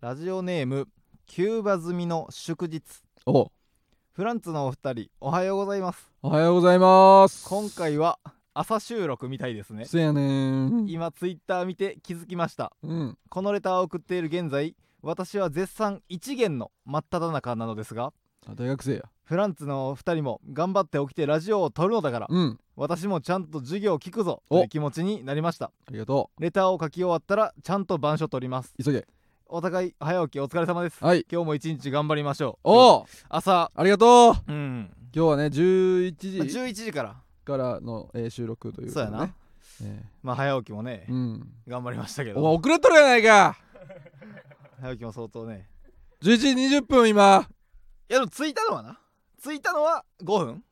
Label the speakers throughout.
Speaker 1: ラジオネームキューバ済みの祝日
Speaker 2: お
Speaker 1: フランツのお二人おはようございます
Speaker 2: おはようございます
Speaker 1: 今回は朝収録みたいですね
Speaker 2: せやねん
Speaker 1: 今ツイッター見て気づきました
Speaker 2: うん
Speaker 1: このレターを送っている現在私は絶賛一元の真っ只中なのですが
Speaker 2: あ大学生や
Speaker 1: フランツのお二人も頑張って起きてラジオを撮るのだから
Speaker 2: うん
Speaker 1: 私もちゃんと授業を聞くぞ
Speaker 2: お
Speaker 1: という気持ちになりました
Speaker 2: ありがと
Speaker 1: レターを書き終わったらちゃんと板書取ります
Speaker 2: う急げ
Speaker 1: お互い早起きお疲れ様です
Speaker 2: はい
Speaker 1: 今日も一日頑張りましょう
Speaker 2: おう
Speaker 1: 朝
Speaker 2: ありがと
Speaker 1: う
Speaker 2: う
Speaker 1: ん
Speaker 2: 今日はね11時
Speaker 1: 11時から
Speaker 2: からの、えー収録ということ
Speaker 1: そう
Speaker 2: で
Speaker 1: やな
Speaker 2: ねえ
Speaker 1: まあ早起きもね
Speaker 2: ーうん
Speaker 1: 頑張りましたけ
Speaker 2: お前
Speaker 1: ど
Speaker 2: 遅れとるやないか
Speaker 1: 早起きも相当ね
Speaker 2: 11時20分今
Speaker 1: いやでも着いたのはな着いたのは5分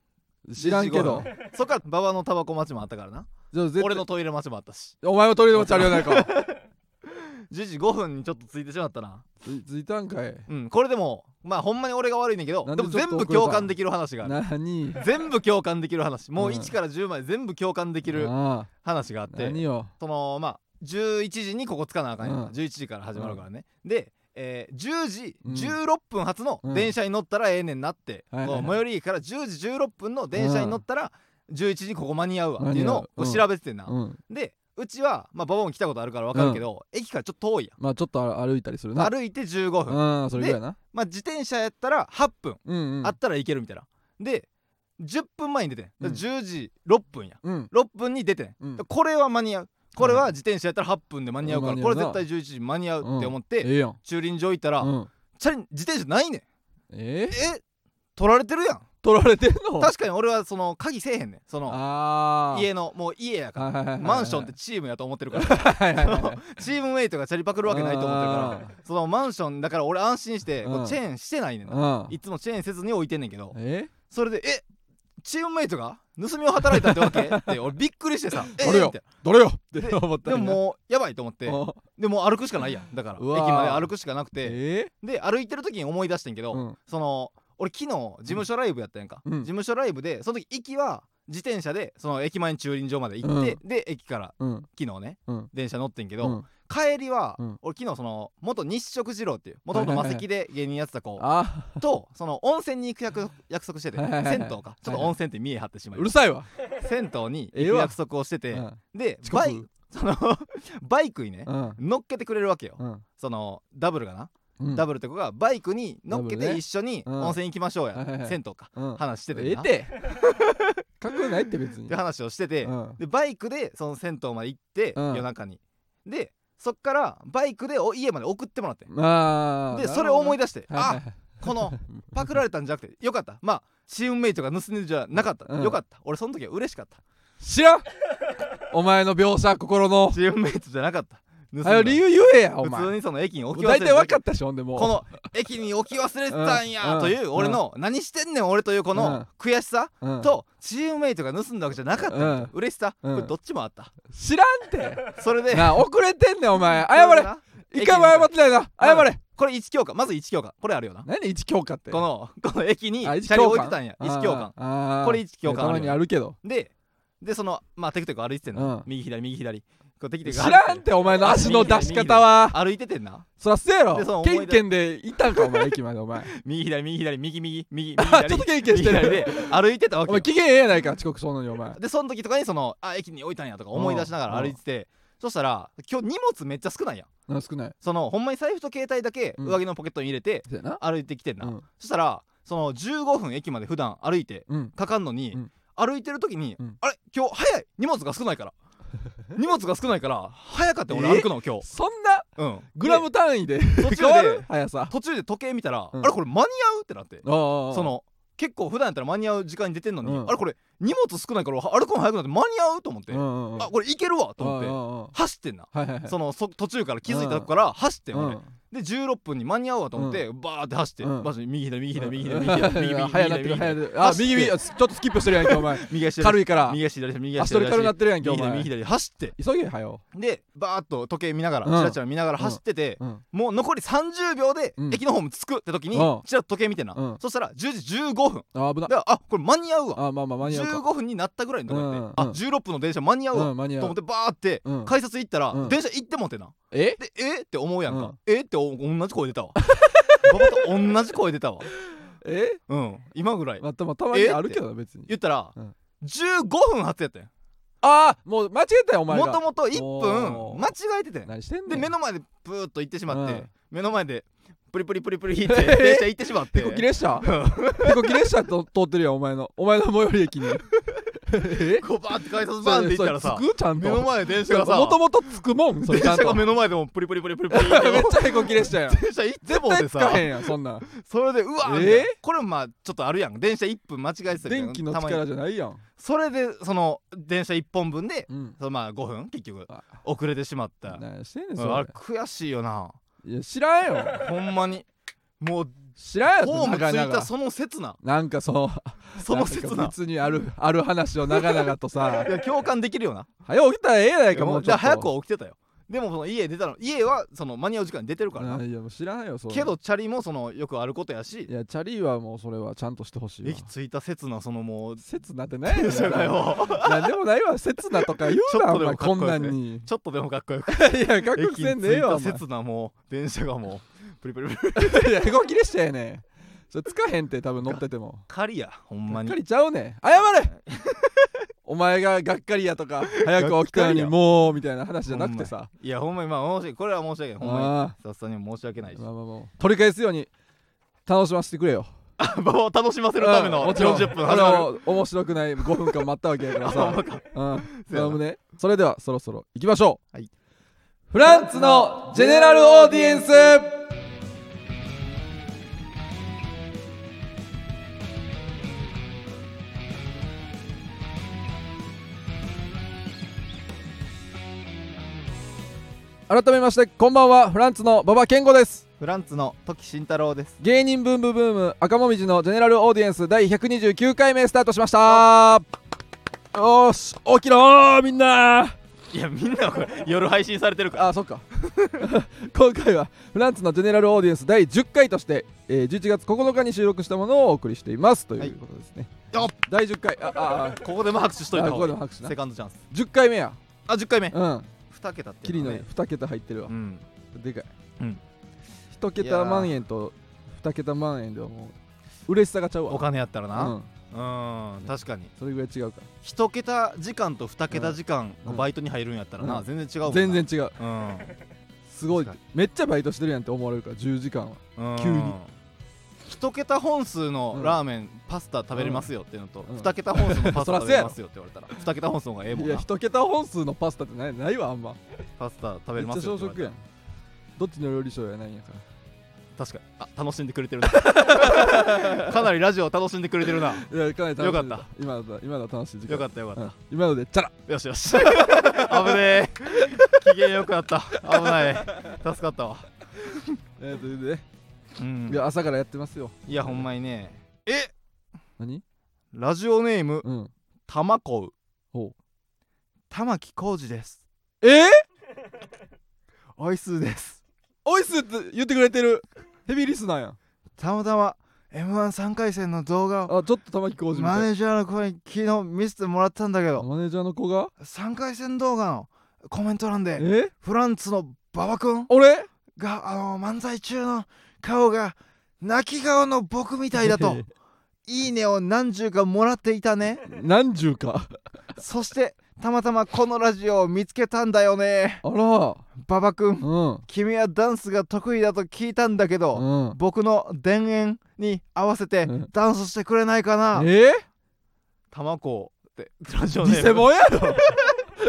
Speaker 2: 知らんけど
Speaker 1: 10時5分そっから馬場のタバコ待ちもあったからな
Speaker 2: じゃあ絶対
Speaker 1: 俺のトイレ待ちもあったし
Speaker 2: お前も取り持ちあるやないか
Speaker 1: 10時5分にちょっと着いてしまったな
Speaker 2: つついたんかい
Speaker 1: うんこれでもまあほんまに俺が悪いねんけど
Speaker 2: なん
Speaker 1: で
Speaker 2: で
Speaker 1: も
Speaker 2: ちょ
Speaker 1: 全
Speaker 2: っと遅
Speaker 1: 部
Speaker 2: れた
Speaker 1: 共感できる話がある
Speaker 2: 何
Speaker 1: 全部共感できる話もう
Speaker 2: うん
Speaker 1: 1から10まで全部共感できる
Speaker 2: ああ
Speaker 1: 話があって
Speaker 2: 何よ
Speaker 1: そのまあ11時にここつかなあかんやんか、
Speaker 2: うん
Speaker 1: 11時から始まるからね、で、えー10時
Speaker 2: うん
Speaker 1: 16分発の電車に乗ったらええねんなって、
Speaker 2: はいはいはい
Speaker 1: こう最寄り駅から10時16分の電車に乗ったら11時にここ間に合うわっていうのをこ
Speaker 2: 間に合う
Speaker 1: う
Speaker 2: うん
Speaker 1: 調べててんな、
Speaker 2: うん
Speaker 1: でうちはまあババも来たことあるから分かるけど、駅からちょっと遠いや
Speaker 2: まあちょっと歩いたりする
Speaker 1: ん
Speaker 2: な
Speaker 1: 歩いて15分、
Speaker 2: うんそれぐらいな
Speaker 1: まあ自転車やったら8分
Speaker 2: うんうん
Speaker 1: あったらいけるみたいな、で10分前に出てんだから10時6分や
Speaker 2: うん
Speaker 1: 6分に出てん、
Speaker 2: うん
Speaker 1: でこれは間に合うこれは自転車やったら8分で間に合うから、
Speaker 2: うん
Speaker 1: こ
Speaker 2: 間
Speaker 1: れ
Speaker 2: に合う
Speaker 1: 絶
Speaker 2: な
Speaker 1: 対11時に間に合うって思って、
Speaker 2: ええやん
Speaker 1: 駐輪場行ったら、
Speaker 2: うん
Speaker 1: チャリン自転車ないねん
Speaker 2: え
Speaker 1: え取られてるやん
Speaker 2: 取られてんの
Speaker 1: 確かに俺はその鍵せえへんねんその
Speaker 2: ああ
Speaker 1: 家のもう家やから
Speaker 2: の
Speaker 1: マンションってチームやと思ってるから
Speaker 2: はいはいはいはい
Speaker 1: チームメイトがチャリパクるわけないと思ってるからそのマンションだから俺安心してこ
Speaker 2: う
Speaker 1: うんチェーンしてないねんな
Speaker 2: うん
Speaker 1: いつもチェーンせずに置いてんねんけど
Speaker 2: え
Speaker 1: それでえチームメイトが盗みを働いたってわけって俺びっくり してさえ
Speaker 2: あれよ
Speaker 1: みたい
Speaker 2: どれよっ
Speaker 1: で
Speaker 2: て思った
Speaker 1: なで
Speaker 2: んや
Speaker 1: ももうやばいと思って
Speaker 2: お
Speaker 1: でもう歩くしかないやんだから駅
Speaker 2: うわー
Speaker 1: まで歩くしかなくて
Speaker 2: え
Speaker 1: で歩いてる時に思い出してんけど、
Speaker 2: うん
Speaker 1: その俺昨日事務所ライブやったやんか、
Speaker 2: うん
Speaker 1: 事務所ライブでその時行きは自転車でその駅前に駐輪場まで行って、で駅から
Speaker 2: うん
Speaker 1: 昨日ね、
Speaker 2: うん
Speaker 1: 電車乗ってんけ
Speaker 2: う
Speaker 1: ど、
Speaker 2: ん
Speaker 1: 帰りは、
Speaker 2: うん
Speaker 1: 俺昨日その元日食二郎っていうもともと魔石で芸人やってた子
Speaker 2: あ
Speaker 1: とその温泉に行く約約束してて、
Speaker 2: はいはいはい
Speaker 1: 銭湯かちょっと温泉って見え張ってしまいう
Speaker 2: るさいわ
Speaker 1: 銭湯に
Speaker 2: ええ
Speaker 1: 行く
Speaker 2: わ
Speaker 1: 約束をしてて、
Speaker 2: うん
Speaker 1: で
Speaker 2: 遅
Speaker 1: バイ
Speaker 2: 刻
Speaker 1: その バイクにね、
Speaker 2: うん
Speaker 1: 乗っけてくれるわけよ、
Speaker 2: うん
Speaker 1: そのダブルがな、
Speaker 2: うん
Speaker 1: ダブルって子がバイクに乗っけ
Speaker 2: ダブル
Speaker 1: て
Speaker 2: ね
Speaker 1: 一緒に
Speaker 2: うん
Speaker 1: 温泉行きましょうや、
Speaker 2: はいはいはい
Speaker 1: 銭湯か、
Speaker 2: うん
Speaker 1: 話してて
Speaker 2: ええ
Speaker 1: んな
Speaker 2: っ
Speaker 1: って
Speaker 2: かっこよないって別に
Speaker 1: て話をしてて、
Speaker 2: うん
Speaker 1: でバイクでその銭湯まで行って、
Speaker 2: うん
Speaker 1: 夜中にでそっからバイクでお家まで送ってもらってん
Speaker 2: あ
Speaker 1: でそれを思い
Speaker 2: 出
Speaker 1: 出して、あ
Speaker 2: あ
Speaker 1: このパクられたんじゃなくてよかったまあチームメイトが盗んでるんじゃなかった、
Speaker 2: うん
Speaker 1: よかった俺その時は嬉しかった
Speaker 2: 知らんお前の描写心の
Speaker 1: チームメイトじゃなかった盗ん
Speaker 2: あ
Speaker 1: だ
Speaker 2: れ理由言えやお前
Speaker 1: 普通にその駅に置き忘れ
Speaker 2: 大
Speaker 1: て
Speaker 2: 体分かったしほんでもう
Speaker 1: この駅に置き忘れてたん
Speaker 2: う
Speaker 1: や
Speaker 2: ん
Speaker 1: という
Speaker 2: うん
Speaker 1: 俺の何してんねん俺というこ
Speaker 2: う
Speaker 1: の
Speaker 2: ん
Speaker 1: 悔しさ
Speaker 2: の
Speaker 1: とチームメイトが盗んだわけじゃなかったんだと嬉しさこ
Speaker 2: うん
Speaker 1: れどっちもあった
Speaker 2: 知らんて
Speaker 1: そ れで
Speaker 2: なあ遅れてんねんお前謝れ
Speaker 1: れ
Speaker 2: 一回も謝ってないな謝れ
Speaker 1: これ1教科まず1教科これあるよな
Speaker 2: 何一強化って
Speaker 1: このこの駅にチ
Speaker 2: あ一
Speaker 1: ャリ置いてたんや1教科
Speaker 2: 官
Speaker 1: これ一教官
Speaker 2: た
Speaker 1: あ
Speaker 2: ま
Speaker 1: るよ
Speaker 2: にあるけど
Speaker 1: ででそのまあテクテク歩いててん
Speaker 2: うん
Speaker 1: な右左右左こうテクテ
Speaker 2: 知
Speaker 1: ク
Speaker 2: らんてお前の足の出し方は
Speaker 1: 歩いててんな
Speaker 2: そらせや
Speaker 1: でその
Speaker 2: ろ
Speaker 1: 思い出
Speaker 2: ケンケンでいたんかお前駅まで お前
Speaker 1: 右左右左右右右右
Speaker 2: あ
Speaker 1: 左
Speaker 2: ちょっとケンケンして
Speaker 1: 右左
Speaker 2: る
Speaker 1: で歩いてたわけ
Speaker 2: お
Speaker 1: よ
Speaker 2: 前機嫌ええやないか遅刻そうのにお前
Speaker 1: でその時とかにそのあ駅に置いたんやとか思い出しながら歩いててそしたら今日荷物めっちゃ少ないやん
Speaker 2: なんか少ない
Speaker 1: そのほんまに財布と携帯だけ
Speaker 2: うん
Speaker 1: 上着のポケットに入れて
Speaker 2: せやな
Speaker 1: 歩いてきてんな、
Speaker 2: うん
Speaker 1: そしたらその15分駅まで普段歩いて
Speaker 2: うん
Speaker 1: かかんのに、
Speaker 2: うん
Speaker 1: 歩いてる時に、
Speaker 2: うん
Speaker 1: あれ今日早い荷物が少ないから 荷物が少ないから早かったよ俺歩くの今日、
Speaker 2: そんな
Speaker 1: うん
Speaker 2: グラム単位で
Speaker 1: で途
Speaker 2: 変わ
Speaker 1: 中
Speaker 2: る
Speaker 1: で
Speaker 2: 速さ
Speaker 1: 途中で時計見たら、
Speaker 2: うん
Speaker 1: あれこれ間に合うってなってそ
Speaker 2: そ
Speaker 1: の結構普段やったら間に合う時間に出てんのに、
Speaker 2: うん
Speaker 1: あれこれ荷物少ないから歩くの早くなって間に合うと思って、あ
Speaker 2: あ
Speaker 1: これいけるわと思って
Speaker 2: 思
Speaker 1: 走ってんな
Speaker 2: はいはいはい
Speaker 1: そのそ途中から気づいたとこから走ってん俺、
Speaker 2: うん
Speaker 1: で16分に間に合うわと思って、バーって走って、
Speaker 2: うん
Speaker 1: マジで右左右左右
Speaker 2: うん
Speaker 1: 左右左右左右
Speaker 2: 早
Speaker 1: 左
Speaker 2: なって
Speaker 1: 右左
Speaker 2: る早なってるあ
Speaker 1: 走って
Speaker 2: 右右あちょっとスキップしてるやんけお 前
Speaker 1: 右足左
Speaker 2: 軽いから
Speaker 1: 右足左足右足
Speaker 2: 足取り軽
Speaker 1: 左
Speaker 2: な
Speaker 1: 足
Speaker 2: ってるやんけお
Speaker 1: 右左右
Speaker 2: 前
Speaker 1: 左走って
Speaker 2: 急げはよ
Speaker 1: でバーっと時計見ながら、
Speaker 2: うん
Speaker 1: チラチラ見ながら走ってて、
Speaker 2: うん
Speaker 1: もう残り30秒で
Speaker 2: うん
Speaker 1: 駅のホーム着くって時に、
Speaker 2: うん
Speaker 1: ちらっと時計見てな、
Speaker 2: うん
Speaker 1: そしたら10時15分
Speaker 2: あ危
Speaker 1: だ
Speaker 2: な
Speaker 1: からあこれ間に合うわ
Speaker 2: あまあまあ間に合うか
Speaker 1: 15分になったぐらいのとこやって、
Speaker 2: うん
Speaker 1: あ16分の電車間に合うわ、
Speaker 2: うん間に
Speaker 1: と
Speaker 2: 合
Speaker 1: 思っ
Speaker 2: う
Speaker 1: てバーって
Speaker 2: うん
Speaker 1: 改札行ったら、
Speaker 2: うん
Speaker 1: 電車行ってもってな
Speaker 2: え
Speaker 1: でえって思うやんか、
Speaker 2: うん
Speaker 1: えってってお同じ声出 たわ馬場と同じ声出たわ
Speaker 2: え
Speaker 1: うん今ぐらい
Speaker 2: まあ、たまたまにあるけどな別に
Speaker 1: 言ったら、
Speaker 2: うん
Speaker 1: 15分発やったん
Speaker 2: ああもう間違えたよお前
Speaker 1: も
Speaker 2: が
Speaker 1: ともと1
Speaker 2: お
Speaker 1: 分
Speaker 2: ー
Speaker 1: 間違えててん
Speaker 2: 何してんね
Speaker 1: で
Speaker 2: ん
Speaker 1: 目の前でプーッと行ってしまって、
Speaker 2: うん
Speaker 1: 目の前でプリプリプリプリ って電車行ってしまって
Speaker 2: 飛行機列車
Speaker 1: うん
Speaker 2: 飛行機列車と通ってるよお前 のお前の最寄り駅にえ
Speaker 1: こうバーって改札バーンって行ったらさ
Speaker 2: それ着くちゃん
Speaker 1: 目の
Speaker 2: と
Speaker 1: 前で電車がさ
Speaker 2: もともと着くもんそ
Speaker 1: 電
Speaker 2: れちゃ
Speaker 1: 車
Speaker 2: んと
Speaker 1: が
Speaker 2: め
Speaker 1: 目
Speaker 2: っ
Speaker 1: の前でもプリプリプリプリプリっ
Speaker 2: ち
Speaker 1: て
Speaker 2: ゃ飛行機列 車やん
Speaker 1: 電車行ってもで
Speaker 2: 絶対
Speaker 1: さ
Speaker 2: 着かへんやんそんなん
Speaker 1: それでうわー
Speaker 2: えー
Speaker 1: みたいなこれもまあちょっとあるやん電車1分間違えてたり
Speaker 2: 電気の
Speaker 1: たまに
Speaker 2: 力じゃないやん
Speaker 1: それでその電車1本分で
Speaker 2: うん
Speaker 1: そのまあ5分結局
Speaker 2: あ
Speaker 1: 遅れてしまった
Speaker 2: 何してんね
Speaker 1: うんん
Speaker 2: そ
Speaker 1: あれ
Speaker 2: れ
Speaker 1: 悔しいよない
Speaker 2: や知らんよ
Speaker 1: ほんまにもう
Speaker 2: 知らんよ
Speaker 1: ホーム
Speaker 2: な
Speaker 1: つ
Speaker 2: かない
Speaker 1: た
Speaker 2: か
Speaker 1: その刹那
Speaker 2: なんかそう
Speaker 1: その刹
Speaker 2: なんか
Speaker 1: 那
Speaker 2: 別にあるある話を長々とさ
Speaker 1: いや共感できるよな
Speaker 2: 早起きたらええやない
Speaker 1: いや
Speaker 2: かも
Speaker 1: もう
Speaker 2: う
Speaker 1: じ
Speaker 2: ちょ
Speaker 1: ゃ
Speaker 2: っ
Speaker 1: あ
Speaker 2: と
Speaker 1: 早くは起きてたよでもその家出たの家はその間に合う時間に出てるから
Speaker 2: う
Speaker 1: なん
Speaker 2: いやもう知らんよそれ
Speaker 1: けどチャリもそのよくあることやし
Speaker 2: いやチャリはもうそれはちゃんとしてほしいわ
Speaker 1: 駅着いた刹那そのもう
Speaker 2: 刹那ってないやねん
Speaker 1: 電車がよ
Speaker 2: なんでもないわ刹那とか言う
Speaker 1: ちょ
Speaker 2: な
Speaker 1: っと
Speaker 2: お
Speaker 1: で
Speaker 2: 前
Speaker 1: もかっこ
Speaker 2: こ
Speaker 1: よく
Speaker 2: んなんに
Speaker 1: ちょっとでもかっこよ く
Speaker 2: いやかっこよく
Speaker 1: 駅
Speaker 2: せん
Speaker 1: に
Speaker 2: でえ
Speaker 1: 着
Speaker 2: え
Speaker 1: い
Speaker 2: わ
Speaker 1: た
Speaker 2: お前
Speaker 1: 刹那もう電車がもうプリプリプリ
Speaker 2: いや動きでしたやねんそれつかへんって多分乗ってても
Speaker 1: 狩りやほん
Speaker 2: が
Speaker 1: ま
Speaker 2: っ
Speaker 1: に
Speaker 2: かりちゃうねん謝れお前ががっかりやとか早く起きた
Speaker 1: がっ
Speaker 2: のに
Speaker 1: かりや
Speaker 2: もうみたいな話じゃなくてさ
Speaker 1: いやほんまにまあ申し訳これは申し訳ないほんまに
Speaker 2: あ
Speaker 1: さすがに申し訳ない
Speaker 2: ー
Speaker 1: し
Speaker 2: まあまあまあ取り返すように楽しませてくれよ
Speaker 1: 馬場を楽しませるため
Speaker 2: うん
Speaker 1: の
Speaker 2: もちろん
Speaker 1: 40分始まる
Speaker 2: 俺も面白くない5分間待ったわけや から
Speaker 1: あほんま
Speaker 2: さ
Speaker 1: か
Speaker 2: うん
Speaker 1: そうやな
Speaker 2: そね、それではそろそろ行きましょう、
Speaker 1: はい
Speaker 2: フランツのジェネラルオーディエンス改めましてこんばんはフランツの馬場健吾です
Speaker 1: フランツの時慎太郎です
Speaker 2: 芸人ブームブーム赤もみじのジェネラルオーディエンス第129回目スタートしましたよーし起きろーみんない
Speaker 1: やみんなこれ夜配信されてるから
Speaker 2: あそっか 今回はフランスのジェネラルオーディエンス第10回として、えー11月9日に収録したものをお送りしていますということですね、
Speaker 1: はいよっ
Speaker 2: 第10回あああ
Speaker 1: ここでも 拍手しといた
Speaker 2: あ
Speaker 1: 方
Speaker 2: こ
Speaker 1: が
Speaker 2: こ
Speaker 1: い
Speaker 2: で
Speaker 1: い
Speaker 2: も拍手な
Speaker 1: セカンドチャンス
Speaker 2: 10回目や
Speaker 1: あ10回目
Speaker 2: うん
Speaker 1: 2桁って
Speaker 2: キ
Speaker 1: い
Speaker 2: リ
Speaker 1: うの
Speaker 2: の
Speaker 1: はね
Speaker 2: 2桁入ってるわ、
Speaker 1: うん
Speaker 2: でかい、
Speaker 1: うん
Speaker 2: 1
Speaker 1: いや
Speaker 2: 桁
Speaker 1: ー
Speaker 2: 万円と2桁万円ではもう嬉しさがちゃうわ
Speaker 1: お金やったらな
Speaker 2: うん、
Speaker 1: うん確かに
Speaker 2: それぐらい違うか
Speaker 1: 1桁時間と2桁時間
Speaker 2: うんうん
Speaker 1: バイトに入るんやったら
Speaker 2: う
Speaker 1: なん全然違うもんな
Speaker 2: 全然違う
Speaker 1: うん
Speaker 2: すごい
Speaker 1: 確か
Speaker 2: めっちゃバイトしてるやんって思われるから10時間は
Speaker 1: うん
Speaker 2: 急に
Speaker 1: 1桁本数の
Speaker 2: うん
Speaker 1: ラーメンパスタ食べれますよっていうのと
Speaker 2: うん
Speaker 1: 2桁本数のパスタ
Speaker 2: そら
Speaker 1: 食
Speaker 2: そう
Speaker 1: べれ
Speaker 2: やろ
Speaker 1: ますよって言われた ら2桁本数の方がええもん
Speaker 2: いや
Speaker 1: な
Speaker 2: 1桁本数のパスタってないないわあんま
Speaker 1: パスタ食
Speaker 2: め
Speaker 1: べ
Speaker 2: っ
Speaker 1: れま
Speaker 2: ちゃ
Speaker 1: すよ
Speaker 2: 小
Speaker 1: って言わ
Speaker 2: 食
Speaker 1: れ
Speaker 2: や
Speaker 1: た
Speaker 2: んどっちの料理賞やないんやから
Speaker 1: ら確かにあ楽しんでくれてる なかなりラジオを楽しんでくれてるない
Speaker 2: やかなり楽しんで
Speaker 1: よかった
Speaker 2: 今のだ今のは楽しい時 間
Speaker 1: よかったよかっ
Speaker 2: うん今のでチャラ
Speaker 1: たよしよし危ねえ機嫌よくなった危ない助かったわ
Speaker 2: えーということでね
Speaker 1: うん
Speaker 2: いや朝からやってますよ
Speaker 1: いやほんまにねえ
Speaker 2: 何
Speaker 1: ラジオネーム
Speaker 2: うん
Speaker 1: たまこう
Speaker 2: ほう
Speaker 1: 玉木浩二です
Speaker 2: えー、
Speaker 1: おいすーです
Speaker 2: オイスって言ってくれてるヘビーリスナーやん
Speaker 1: たまたま m 1 3回戦の動画を
Speaker 2: あちょっと玉置浩二み
Speaker 1: マ
Speaker 2: たい
Speaker 1: ネージャーの声に昨日見せてもらったんだけど
Speaker 2: マネージャーの子が
Speaker 1: 3回戦動画のコメント欄で
Speaker 2: えー、
Speaker 1: フランツの馬場君
Speaker 2: 俺
Speaker 1: があの漫才中の顔が泣き顔の僕みたいだ といいねを何十かもらっていたね
Speaker 2: 何十か
Speaker 1: そしてたまたまこのラジオを見つけたんだよね
Speaker 2: あら
Speaker 1: 馬場君
Speaker 2: うん
Speaker 1: 君はダンスが得意だと聞いたんだけど、
Speaker 2: うん
Speaker 1: 僕の田園に合わせて
Speaker 2: うん
Speaker 1: ダンスしてくれないかな
Speaker 2: え
Speaker 1: たまこってラジ
Speaker 2: ー、偽物やろ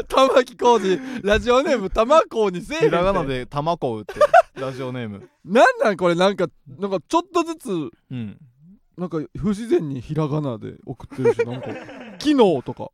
Speaker 2: 玉置浩二ラジオネーム玉子にせえへん
Speaker 1: ひ
Speaker 2: て
Speaker 1: らがなでたまこうってラジオネー ム
Speaker 2: なんなんこれなんかなんかちょっとずつ
Speaker 1: うん
Speaker 2: なんか不自然にひらがなで送ってるしなんか「機能」とか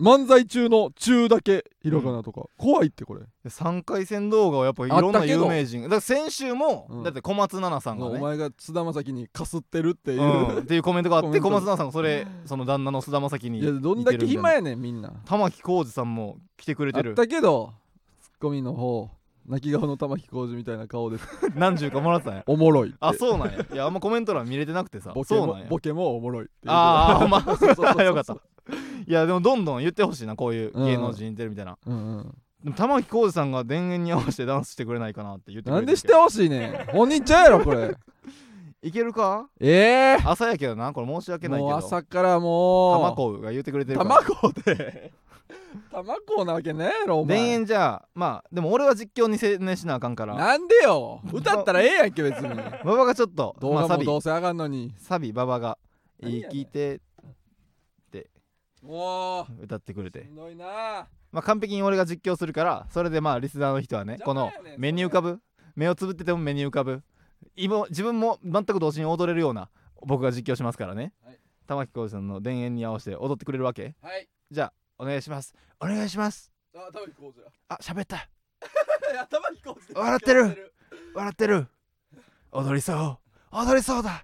Speaker 2: 漫才中の「中」だけひらがなとか、怖いってこれ
Speaker 1: 3回戦動画をやっぱいろん
Speaker 2: あっ
Speaker 1: な
Speaker 2: たけど
Speaker 1: 有名人だから先週も、
Speaker 2: うん
Speaker 1: だって小松菜奈さんが
Speaker 2: お
Speaker 1: ね
Speaker 2: 前が菅田将暉にかすってるっていう、
Speaker 1: うん、っていうコメントがあって小
Speaker 2: コメ
Speaker 1: 松
Speaker 2: ン
Speaker 1: 菜
Speaker 2: ト
Speaker 1: 奈さんがそれその旦那の菅田将暉に
Speaker 2: いやどんだけ暇やねんみんな
Speaker 1: 玉置浩二さんも来てくれ
Speaker 2: あ
Speaker 1: て
Speaker 2: っ
Speaker 1: る
Speaker 2: たけどツッコミの方泣き顔の玉置浩二みたいな顔で
Speaker 1: 何十かもらってたんや
Speaker 2: おもろいって
Speaker 1: あそうなんやいやあんまコメント欄見れてなくてさ
Speaker 2: ボケ
Speaker 1: そうなん
Speaker 2: も
Speaker 1: や
Speaker 2: ボケもおもろいっていう
Speaker 1: あーほんま
Speaker 2: そうそうそうそう
Speaker 1: よかったいやでもどんどん言ってほしいなこういう芸能人に出るみたいな、
Speaker 2: うんうん
Speaker 1: でも玉置浩二さんが電源に合わせてダンスしてくれないかなって言ってく
Speaker 2: な
Speaker 1: れ
Speaker 2: ん
Speaker 1: て
Speaker 2: でしてほしいねん本人ちゃうやろこれ
Speaker 1: いけるか
Speaker 2: ええ
Speaker 1: 朝やけどなこれ申し訳ないけ
Speaker 2: もう
Speaker 1: ど
Speaker 2: 朝からもう
Speaker 1: 玉子が言ってくれてるから
Speaker 2: 卵 で卵なわけねえやろお
Speaker 1: 田
Speaker 2: 前
Speaker 1: 園じゃあまあでも俺は実況に専念しなあかんから
Speaker 2: なんで よ歌ったらええやんけ別に
Speaker 1: 馬場がちょっと
Speaker 2: 動
Speaker 1: ま
Speaker 2: 画
Speaker 1: あ、サ
Speaker 2: も
Speaker 1: ビ
Speaker 2: どうせ上がんのに
Speaker 1: サビ馬場が
Speaker 2: 何や
Speaker 1: 生
Speaker 2: ね
Speaker 1: き
Speaker 2: ん
Speaker 1: て
Speaker 2: もう
Speaker 1: 歌ってくれ
Speaker 2: してんどいな
Speaker 1: まあ完璧に俺が実況するからそれでまあリスナーの人はねこ
Speaker 2: 邪魔や
Speaker 1: の
Speaker 2: ねん
Speaker 1: 目に浮かぶ目をつぶってても目に浮かぶ今自分も全く同時に踊れるような僕が実況しますからね、
Speaker 2: はい
Speaker 1: 玉置浩二さんの田園に合わせて踊ってくれるわけ
Speaker 2: はい
Speaker 1: じゃあお願いしますお願いします
Speaker 2: あ頭引こうじゃ
Speaker 1: あ喋った
Speaker 2: 頭引こう
Speaker 1: 笑ってる笑ってる踊りそう踊りそうだ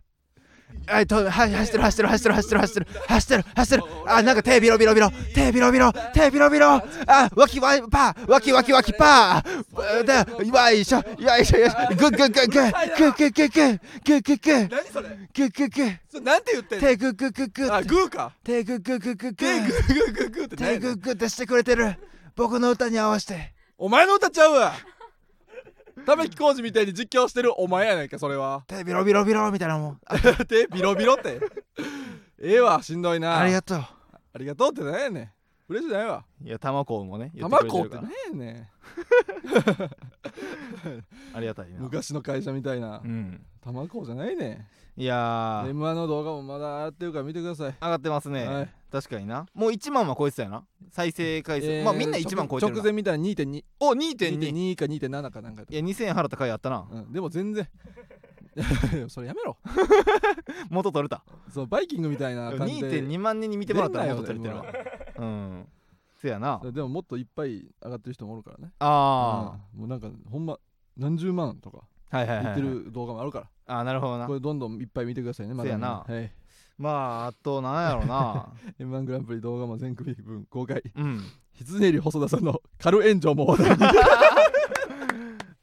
Speaker 1: はいとはい走ってる走ってる走ってる走ってる走ってる走ってる走ってるあなんか手ビロビロビロ手ビロビロ手ビロビロあわきわいパーわきわきわきパーでよいしょよいしょよいしょグッグッグッグッグッグッグッグッグッグッグッ
Speaker 2: 何それ
Speaker 1: グッグッグッ
Speaker 2: それなんて言ってんの
Speaker 1: 手グッグッグッグ
Speaker 2: あ
Speaker 1: ッ
Speaker 2: グーか
Speaker 1: 手グッグッグッグッグ
Speaker 2: グー
Speaker 1: ッ
Speaker 2: グーグーグーグーって何
Speaker 1: 手
Speaker 2: や
Speaker 1: グ
Speaker 2: ね
Speaker 1: ッ
Speaker 2: ん
Speaker 1: グッってしてくれてる僕の歌に合わせて
Speaker 2: お前の歌ちゃうわ玉置浩二みたいに実況してるお前やないかそ れは
Speaker 1: 手ビロビロビロみたいなもんあ
Speaker 2: 手ビロビロってええわしんどいな
Speaker 1: ありがとう
Speaker 2: ありがとうってなんやねん嬉しいないわ
Speaker 1: いや玉子もね言ってくれ
Speaker 2: 卵
Speaker 1: て
Speaker 2: っ
Speaker 1: る
Speaker 2: て
Speaker 1: か
Speaker 2: な
Speaker 1: ら
Speaker 2: んやね
Speaker 1: ありがたい
Speaker 2: ん
Speaker 1: な
Speaker 2: 昔の会社みたいな
Speaker 1: うん
Speaker 2: 卵じゃないね
Speaker 1: いや
Speaker 2: ん
Speaker 1: ー
Speaker 2: m 1の動画もまだ上がってるから見てください
Speaker 1: 上がってますね、
Speaker 2: はい
Speaker 1: 確かになもう1万は超えてたよな再生回数、まあみんな1万超えてるな
Speaker 2: 直前みたいに2.2
Speaker 1: お2.2
Speaker 2: 2.2か2.7かなんかやった
Speaker 1: いや2000円払った回あったな
Speaker 2: うん、でも全然 それやめろ
Speaker 1: 元取れた
Speaker 2: そのバイキングみたいな感じで
Speaker 1: 2.2万人に見てもらったら
Speaker 2: 出んなよ
Speaker 1: 元取れてるわうんせやな
Speaker 2: でももっといっぱい上がってる人もおるからね
Speaker 1: あ
Speaker 2: うんもうなんかほんま何十万とか
Speaker 1: あ、はいはいはいは
Speaker 2: 言っ
Speaker 1: い
Speaker 2: てる動画もあるから、
Speaker 1: あーなるほどな
Speaker 2: これどんどんいっぱい見てくださいねまだね
Speaker 1: せやな
Speaker 2: はい、
Speaker 1: まああとなんやろな
Speaker 2: m 1グランプリ動画も全組分公開
Speaker 1: うん
Speaker 2: 羊入り細田さんの軽炎上も話題に
Speaker 1: あ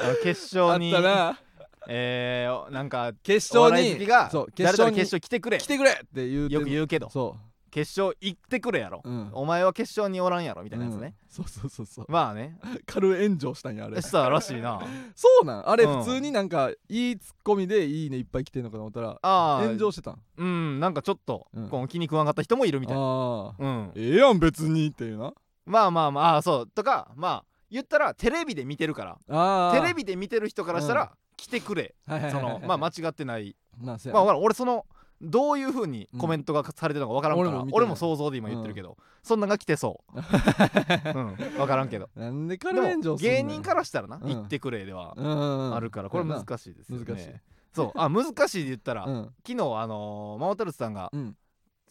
Speaker 1: の決
Speaker 2: あ
Speaker 1: 勝
Speaker 2: っ
Speaker 1: に
Speaker 2: たな
Speaker 1: えー、おなんか
Speaker 2: 決
Speaker 1: お
Speaker 2: 勝
Speaker 1: 笑い好
Speaker 2: に
Speaker 1: きが
Speaker 2: そう決
Speaker 1: 誰々
Speaker 2: 勝に
Speaker 1: 決勝来てくれ
Speaker 2: 来てくれって言うて
Speaker 1: よく言うけど
Speaker 2: そ
Speaker 1: 決勝行ってくれやろ、
Speaker 2: う、うん、
Speaker 1: お前は決勝におらんやろみたいなやつね、
Speaker 2: うん、そうそうそ うそう
Speaker 1: まあね
Speaker 2: 軽炎上したんやあれ
Speaker 1: したらしい な
Speaker 2: そうなんあれ
Speaker 1: うん
Speaker 2: 普通になんかいいツッコミでいいねいっぱい来てんのかと思ったら
Speaker 1: ああ
Speaker 2: 炎上してたん
Speaker 1: うんなんかちょっと、
Speaker 2: うん
Speaker 1: こう気に食わんかった人もいるみたいな
Speaker 2: ああ
Speaker 1: うん
Speaker 2: ええやん別にっていうな
Speaker 1: まあまあまああーそうとかまあ言ったらテレビで見てるから
Speaker 2: ああ
Speaker 1: テレビで見てる人からしたら、来てくれ
Speaker 2: はいはい
Speaker 1: そ
Speaker 2: はいはい
Speaker 1: のまあ間違ってない
Speaker 2: まあせや
Speaker 1: ま
Speaker 2: な
Speaker 1: あわからん俺そのどういう風にコメントがされてるのかわからんから、
Speaker 2: うん俺も見てない
Speaker 1: 俺も想像で今言ってるけど、そんなんが来てそう うんわからんけど
Speaker 2: なんで
Speaker 1: で
Speaker 2: 軽炎
Speaker 1: も
Speaker 2: 上すんね
Speaker 1: 芸
Speaker 2: ん
Speaker 1: 人からしたらな、
Speaker 2: うん
Speaker 1: 言ってくれでは
Speaker 2: うん
Speaker 1: あるからこれ難
Speaker 2: しい
Speaker 1: しいですよね
Speaker 2: 難しい
Speaker 1: そうあ難しいで言ったら、
Speaker 2: うん
Speaker 1: 昨日あのー、マオタルトさんが、
Speaker 2: うん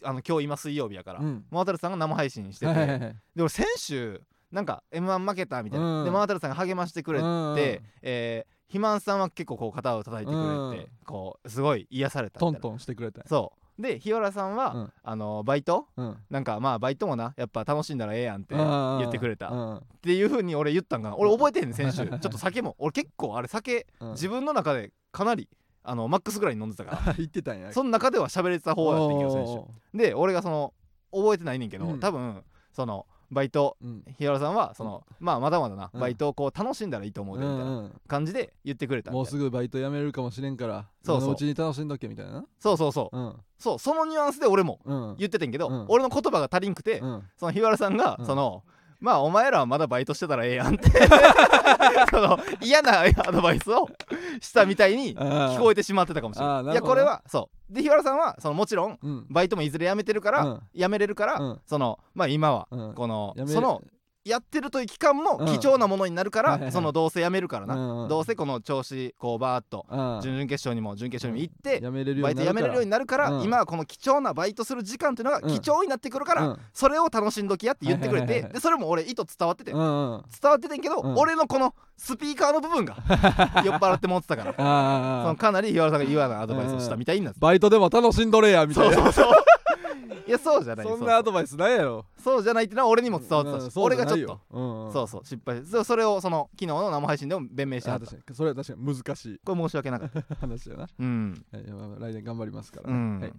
Speaker 1: あの今日今水曜日やから、
Speaker 2: うん
Speaker 1: マオタルトさんが生配信してて、
Speaker 2: はいはいはい
Speaker 1: で俺先週なんか m 1負けたみたいな、
Speaker 2: うん
Speaker 1: でマオタルトさんが励ましてくれて、
Speaker 2: うんうん
Speaker 1: えー肥満さんは結構こう肩を叩いてくれて、
Speaker 2: うん
Speaker 1: こうすごい癒されたみたい
Speaker 2: トン
Speaker 1: な
Speaker 2: トンしてくれたんや
Speaker 1: そうで日原さんは、
Speaker 2: うん
Speaker 1: あのーバイト
Speaker 2: うん
Speaker 1: なんかまあバイトもなやっぱ楽しんだらええやんって
Speaker 2: うん
Speaker 1: 言ってくれたっ
Speaker 2: うん
Speaker 1: ていう風に俺言ったんかな俺覚えてへんねん先週ちょっと酒も俺結構あれ酒
Speaker 2: うん
Speaker 1: 自分の中でかなりあのマックスぐらいに飲んでたから
Speaker 2: あ 言ってたんや
Speaker 1: その中では喋れてた方やってんけど選手
Speaker 2: おー
Speaker 1: で俺がその覚えてないねんけど、
Speaker 2: うん
Speaker 1: 多分そのバイト
Speaker 2: うん
Speaker 1: 日原さんはその、まあまだまだな、
Speaker 2: うん
Speaker 1: バイトをこう楽しんだらいいと思うでみたいな
Speaker 2: うんうん
Speaker 1: 感じで言ってくれたみたい
Speaker 2: も
Speaker 1: な
Speaker 2: うすぐバイト辞めるかもしれんから
Speaker 1: そうそう
Speaker 2: 今のうちに楽しんどけみたいな
Speaker 1: そうそうそう
Speaker 2: うん
Speaker 1: そうそのニュアンスで俺も
Speaker 2: うん
Speaker 1: 言っててんけど、
Speaker 2: うん
Speaker 1: 俺の言葉が足りんくて、
Speaker 2: うん
Speaker 1: その日原さんが、
Speaker 2: うん
Speaker 1: そのまあお前らはまだバイトしてたらええやんって その嫌なアドバイスをしたみたいに聞
Speaker 2: 聞
Speaker 1: こ
Speaker 2: え
Speaker 1: えてしまってたかもしれな
Speaker 2: あー
Speaker 1: い
Speaker 2: ないる
Speaker 1: や
Speaker 2: ほど
Speaker 1: これはそうで日原さんはそのもちろん
Speaker 2: うん
Speaker 1: バイトもいずれ辞めてるから、
Speaker 2: うん
Speaker 1: 辞めれるから、
Speaker 2: うん
Speaker 1: そのまあ今は
Speaker 2: うん
Speaker 1: この、
Speaker 2: やめ
Speaker 1: そのやってるという期間も
Speaker 2: うん
Speaker 1: 貴重なものになるから、
Speaker 2: はいはいはい
Speaker 1: そのどうせ辞めるからな、
Speaker 2: うんうん
Speaker 1: どうせこの調子こうバーっと
Speaker 2: うん
Speaker 1: 準々決勝にも準決勝にも行って、
Speaker 2: やめれるよう
Speaker 1: バイ
Speaker 2: に
Speaker 1: ト
Speaker 2: な
Speaker 1: 辞
Speaker 2: るか
Speaker 1: め
Speaker 2: ら
Speaker 1: れるようになるから、
Speaker 2: うん
Speaker 1: 今はこの貴重なバイトする時間っていうのが貴重になってくるから、
Speaker 2: うん
Speaker 1: それを楽しんどきやって言ってくれ
Speaker 2: はいはいはい
Speaker 1: て
Speaker 2: はい
Speaker 1: でそれも俺意図伝わってて、
Speaker 2: うんうん
Speaker 1: 伝わっててんけど、
Speaker 2: うん
Speaker 1: 俺のこのスピーカーの部 分が酔っ払って持ってたから
Speaker 2: あ
Speaker 1: そ
Speaker 2: ああ
Speaker 1: の
Speaker 2: あ
Speaker 1: かなり日原さんが言わないアドバイスをしたみたいになって
Speaker 2: バイトでも楽しんどれやみた
Speaker 1: そ
Speaker 2: いうな
Speaker 1: そうそ ういやそうじゃない
Speaker 2: そんなアドバイスないやろ
Speaker 1: そうそうじゃないってのは俺にも伝わってた
Speaker 2: うん
Speaker 1: し
Speaker 2: そう
Speaker 1: 俺
Speaker 2: じゃ
Speaker 1: が
Speaker 2: な
Speaker 1: ちょ
Speaker 2: い
Speaker 1: っ
Speaker 2: よ
Speaker 1: と
Speaker 2: うん
Speaker 1: そうそう失敗そうそれをその昨日の生配信でも弁明しては
Speaker 2: あ
Speaker 1: った
Speaker 2: 確かにそれは確かに難しい
Speaker 1: これ申し訳なかった
Speaker 2: 話やな
Speaker 1: うん
Speaker 2: はいまあ来年頑張りますから
Speaker 1: うん、
Speaker 2: はい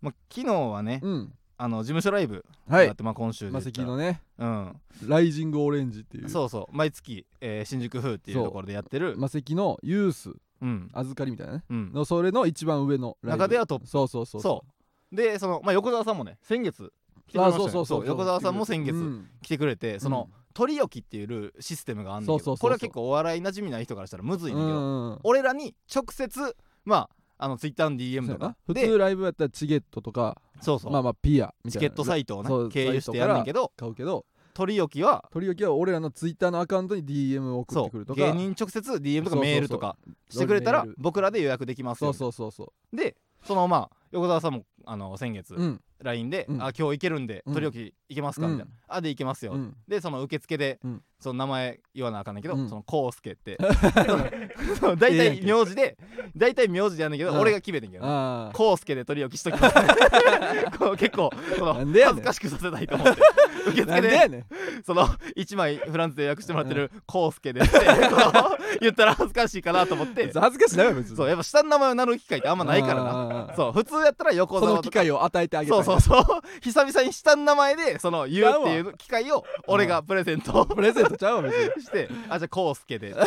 Speaker 1: まあ、昨日はね
Speaker 2: うん
Speaker 1: あの事務所ライブが
Speaker 2: は
Speaker 1: あっ
Speaker 2: い
Speaker 1: て、まあ、今週で言
Speaker 2: マ
Speaker 1: っ
Speaker 2: セ
Speaker 1: た
Speaker 2: キ
Speaker 1: ら
Speaker 2: のね
Speaker 1: うん
Speaker 2: 「ライジングオレンジ」っていう
Speaker 1: そうそう毎月、えー新宿風っていう
Speaker 2: そう
Speaker 1: ところでやってる
Speaker 2: マセキのユース
Speaker 1: うん
Speaker 2: 預かりみたいなね
Speaker 1: うん
Speaker 2: のそれの一番上のライブ
Speaker 1: 中ではトップ
Speaker 2: そうそうそ
Speaker 1: そううでその、まあ、横澤さんもね先月来てくれま
Speaker 2: あ
Speaker 1: したよ
Speaker 2: そ
Speaker 1: ね
Speaker 2: うそうそう
Speaker 1: 横澤さんも先月
Speaker 2: うん
Speaker 1: 来てくれて、その取り置きっていうルールシステムがあんだけど
Speaker 2: そうそうそうそう
Speaker 1: これは結構お笑い馴染みない人からしたらむず
Speaker 2: う
Speaker 1: い
Speaker 2: ん
Speaker 1: んだけど、
Speaker 2: うんうん
Speaker 1: 俺らに直接まああのツイッターの DM
Speaker 2: そう
Speaker 1: と
Speaker 2: やな
Speaker 1: か
Speaker 2: 普
Speaker 1: で
Speaker 2: 通ライブやったらチゲットとか
Speaker 1: そうそう、
Speaker 2: まあまあピアみ
Speaker 1: チ
Speaker 2: た
Speaker 1: ケ
Speaker 2: いな
Speaker 1: ットサイトを
Speaker 2: そ
Speaker 1: ね
Speaker 2: う
Speaker 1: 経由してやるんだけど
Speaker 2: 買うけど
Speaker 1: 取り置きは
Speaker 2: 取り置きは俺らのツイッターのアカウントに DM を送っ
Speaker 1: そ
Speaker 2: てくる
Speaker 1: う
Speaker 2: と
Speaker 1: 芸
Speaker 2: か
Speaker 1: 人に直接 DM とか
Speaker 2: そうそうそう
Speaker 1: メールとかしてくれたら
Speaker 2: メール
Speaker 1: 僕らで予約できます
Speaker 2: そ
Speaker 1: よ
Speaker 2: うそうそうそ
Speaker 1: でそのまあ横澤さんもあの先月
Speaker 2: ううん
Speaker 1: LINE で「
Speaker 2: うん
Speaker 1: あ今日行けるんで
Speaker 2: うん
Speaker 1: 取り置き行けますか?」みたいな「あで行けますよ」
Speaker 2: うん
Speaker 1: でその受付で、
Speaker 2: うん
Speaker 1: その名前言わなあかんねんけど、
Speaker 2: うん
Speaker 1: そのコウスケって そう大
Speaker 2: ええやん
Speaker 1: 体
Speaker 2: け
Speaker 1: 名字で大体名字でやんねんけど、
Speaker 2: うん
Speaker 1: 俺が決めてんけどね
Speaker 2: あ
Speaker 1: コウスケで取り置きしとき ますこう結構その
Speaker 2: なんでやねん
Speaker 1: 恥ずかしくさせたいと思って受
Speaker 2: あな
Speaker 1: 付
Speaker 2: んで
Speaker 1: で
Speaker 2: やねん
Speaker 1: その1枚フランスで予約してもらってるコウスケでってこう言ったら恥ずかしいかなと思って
Speaker 2: 恥ずかしないわ別に
Speaker 1: そうやっぱ下の名前を名乗る機会ってあんまないからな
Speaker 2: な
Speaker 1: そう普通やったら横
Speaker 2: その
Speaker 1: 澤と
Speaker 2: 機
Speaker 1: か
Speaker 2: 会を与えてあげたい
Speaker 1: そうそうそう久々に下の名前でその言うっていう機会を俺がプレゼントを
Speaker 2: プレゼントちゃうわ別 に
Speaker 1: して「あじゃあコウスケで」ね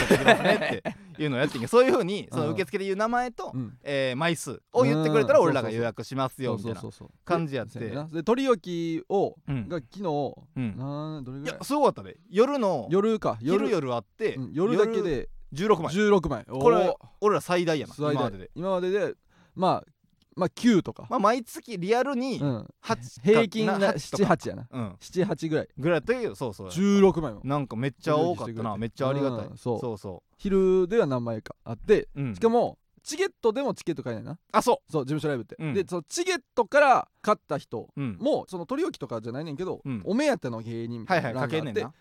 Speaker 1: って いうのをやってんけどそういうふうにその受付で言う名前と、
Speaker 2: うん
Speaker 1: えー枚数を言ってくれたら
Speaker 2: うん
Speaker 1: 俺らが予約しますよみたいな
Speaker 2: そうそうそう
Speaker 1: 感じやって
Speaker 2: そうやなで取り置きを
Speaker 1: うん
Speaker 2: が昨日
Speaker 1: うん
Speaker 2: なんどれ
Speaker 1: い
Speaker 2: ぐら
Speaker 1: や
Speaker 2: い
Speaker 1: すごかったで夜の
Speaker 2: 夜か
Speaker 1: 昼夜あって、
Speaker 2: うん夜だけで
Speaker 1: 夜16枚
Speaker 2: 16枚
Speaker 1: これ
Speaker 2: おー
Speaker 1: 俺ら最大やな
Speaker 2: 最大
Speaker 1: 今までで、
Speaker 2: 今まででまあまあ9とか
Speaker 1: まあ、毎月リアルに
Speaker 2: うん
Speaker 1: 8か
Speaker 2: 平均が
Speaker 1: な8とか
Speaker 2: 78やな
Speaker 1: うん
Speaker 2: 78ぐらい
Speaker 1: ぐらいだったけどそうそう
Speaker 2: 16枚も
Speaker 1: なんかめっちゃ多かったな
Speaker 2: うん
Speaker 1: めっちゃありがたい、
Speaker 2: そう
Speaker 1: そうそ
Speaker 2: 昼では何枚かあって
Speaker 1: う、うん、
Speaker 2: しかもチケットでもチケット買えないな
Speaker 1: あそ
Speaker 2: そう事務所ライブって、
Speaker 1: うん
Speaker 2: でそのチケットから買った人
Speaker 1: う、うん、
Speaker 2: もその取り置きとかじゃないねんけど、
Speaker 1: うん
Speaker 2: お目当ての芸人みた
Speaker 1: はい
Speaker 2: い
Speaker 1: は
Speaker 2: ない欄が
Speaker 1: か
Speaker 2: あって、
Speaker 1: けんねんな、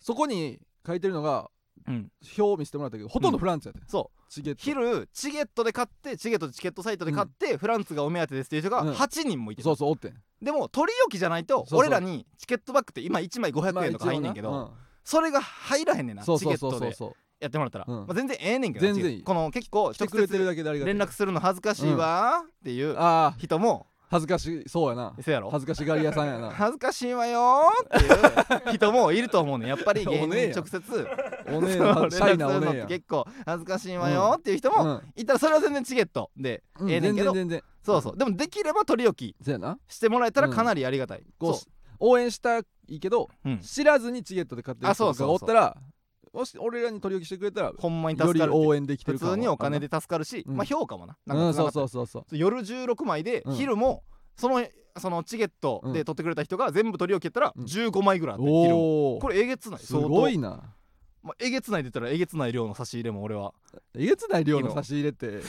Speaker 2: そこに書いてるのが
Speaker 1: うん、
Speaker 2: 表見せてもらったけどほとんどフランスやで、
Speaker 1: そう
Speaker 2: チケット
Speaker 1: 昼チケットで買ってチケットチケットサイトで買って、フランツがお目当てですっていう人
Speaker 2: う
Speaker 1: が
Speaker 2: ん
Speaker 1: 8人もいてた、
Speaker 2: そうそうおってん
Speaker 1: でも取り置きじゃないと
Speaker 2: そうそう
Speaker 1: 俺らにチケットバッグって今1枚500円とか入んねんけど、
Speaker 2: まあ一応な
Speaker 1: それが入らへんねん
Speaker 2: う
Speaker 1: なん
Speaker 2: そう
Speaker 1: チ
Speaker 2: そ
Speaker 1: ケ
Speaker 2: う
Speaker 1: ッ
Speaker 2: そう
Speaker 1: ト
Speaker 2: そう
Speaker 1: で
Speaker 2: そう
Speaker 1: やってもらったら、
Speaker 2: うん
Speaker 1: まあ、全然ええねんけどな
Speaker 2: 全然いい
Speaker 1: この結構
Speaker 2: 来て
Speaker 1: 直
Speaker 2: くれてる
Speaker 1: 接
Speaker 2: だけでありがたい
Speaker 1: 連絡するの恥ずかしいわーっていう
Speaker 2: ああ
Speaker 1: 人も、
Speaker 2: 恥ずかしいそうやな
Speaker 1: せやろ
Speaker 2: 恥ずかしがり屋さん やな
Speaker 1: 恥ずかしいわよーっていう人もいると思うねんやっぱり芸人
Speaker 2: お
Speaker 1: に
Speaker 2: ねえや
Speaker 1: 直接
Speaker 2: おねえ
Speaker 1: その連
Speaker 2: な
Speaker 1: 絡
Speaker 2: シ
Speaker 1: す
Speaker 2: ャイ
Speaker 1: る
Speaker 2: なお
Speaker 1: のっ
Speaker 2: ねえ
Speaker 1: て
Speaker 2: や
Speaker 1: 結構恥ずかしいわよーっていう人も、
Speaker 2: うん
Speaker 1: いたらそれは全然チケットで、
Speaker 2: うん
Speaker 1: ええねん
Speaker 2: 全
Speaker 1: けど
Speaker 2: 然全然
Speaker 1: そうそうでもできれば取り置き
Speaker 2: そうやな
Speaker 1: してもらえたらかなりありがたい、
Speaker 2: こう
Speaker 1: そ
Speaker 2: 応援したいけど
Speaker 1: う、うん、
Speaker 2: 知らずにチケットで買ってる
Speaker 1: あそ
Speaker 2: 人
Speaker 1: うそうそ
Speaker 2: とか
Speaker 1: う
Speaker 2: おったらもし俺らに取り置きしてくれたらよ
Speaker 1: ほんまに助
Speaker 2: り
Speaker 1: かるっていう
Speaker 2: 応援できて
Speaker 1: 普
Speaker 2: る感は
Speaker 1: 通にお金で助かるし、
Speaker 2: うん
Speaker 1: まあ評価もな
Speaker 2: う
Speaker 1: なんか
Speaker 2: ん
Speaker 1: つな
Speaker 2: そ
Speaker 1: が
Speaker 2: う
Speaker 1: った
Speaker 2: そ
Speaker 1: り
Speaker 2: うそうそう
Speaker 1: 夜16枚で、
Speaker 2: うん
Speaker 1: 昼もそのそのチケットで取ってくれた人が全部取り置きやったら
Speaker 2: うん
Speaker 1: 15枚ぐらいあって、昼も
Speaker 2: おお
Speaker 1: これえげつない
Speaker 2: すごい
Speaker 1: 相
Speaker 2: な
Speaker 1: 当まあ、えげつないって言ったらえげつない量の差し入れも俺は
Speaker 2: えげつない量の差し入 れて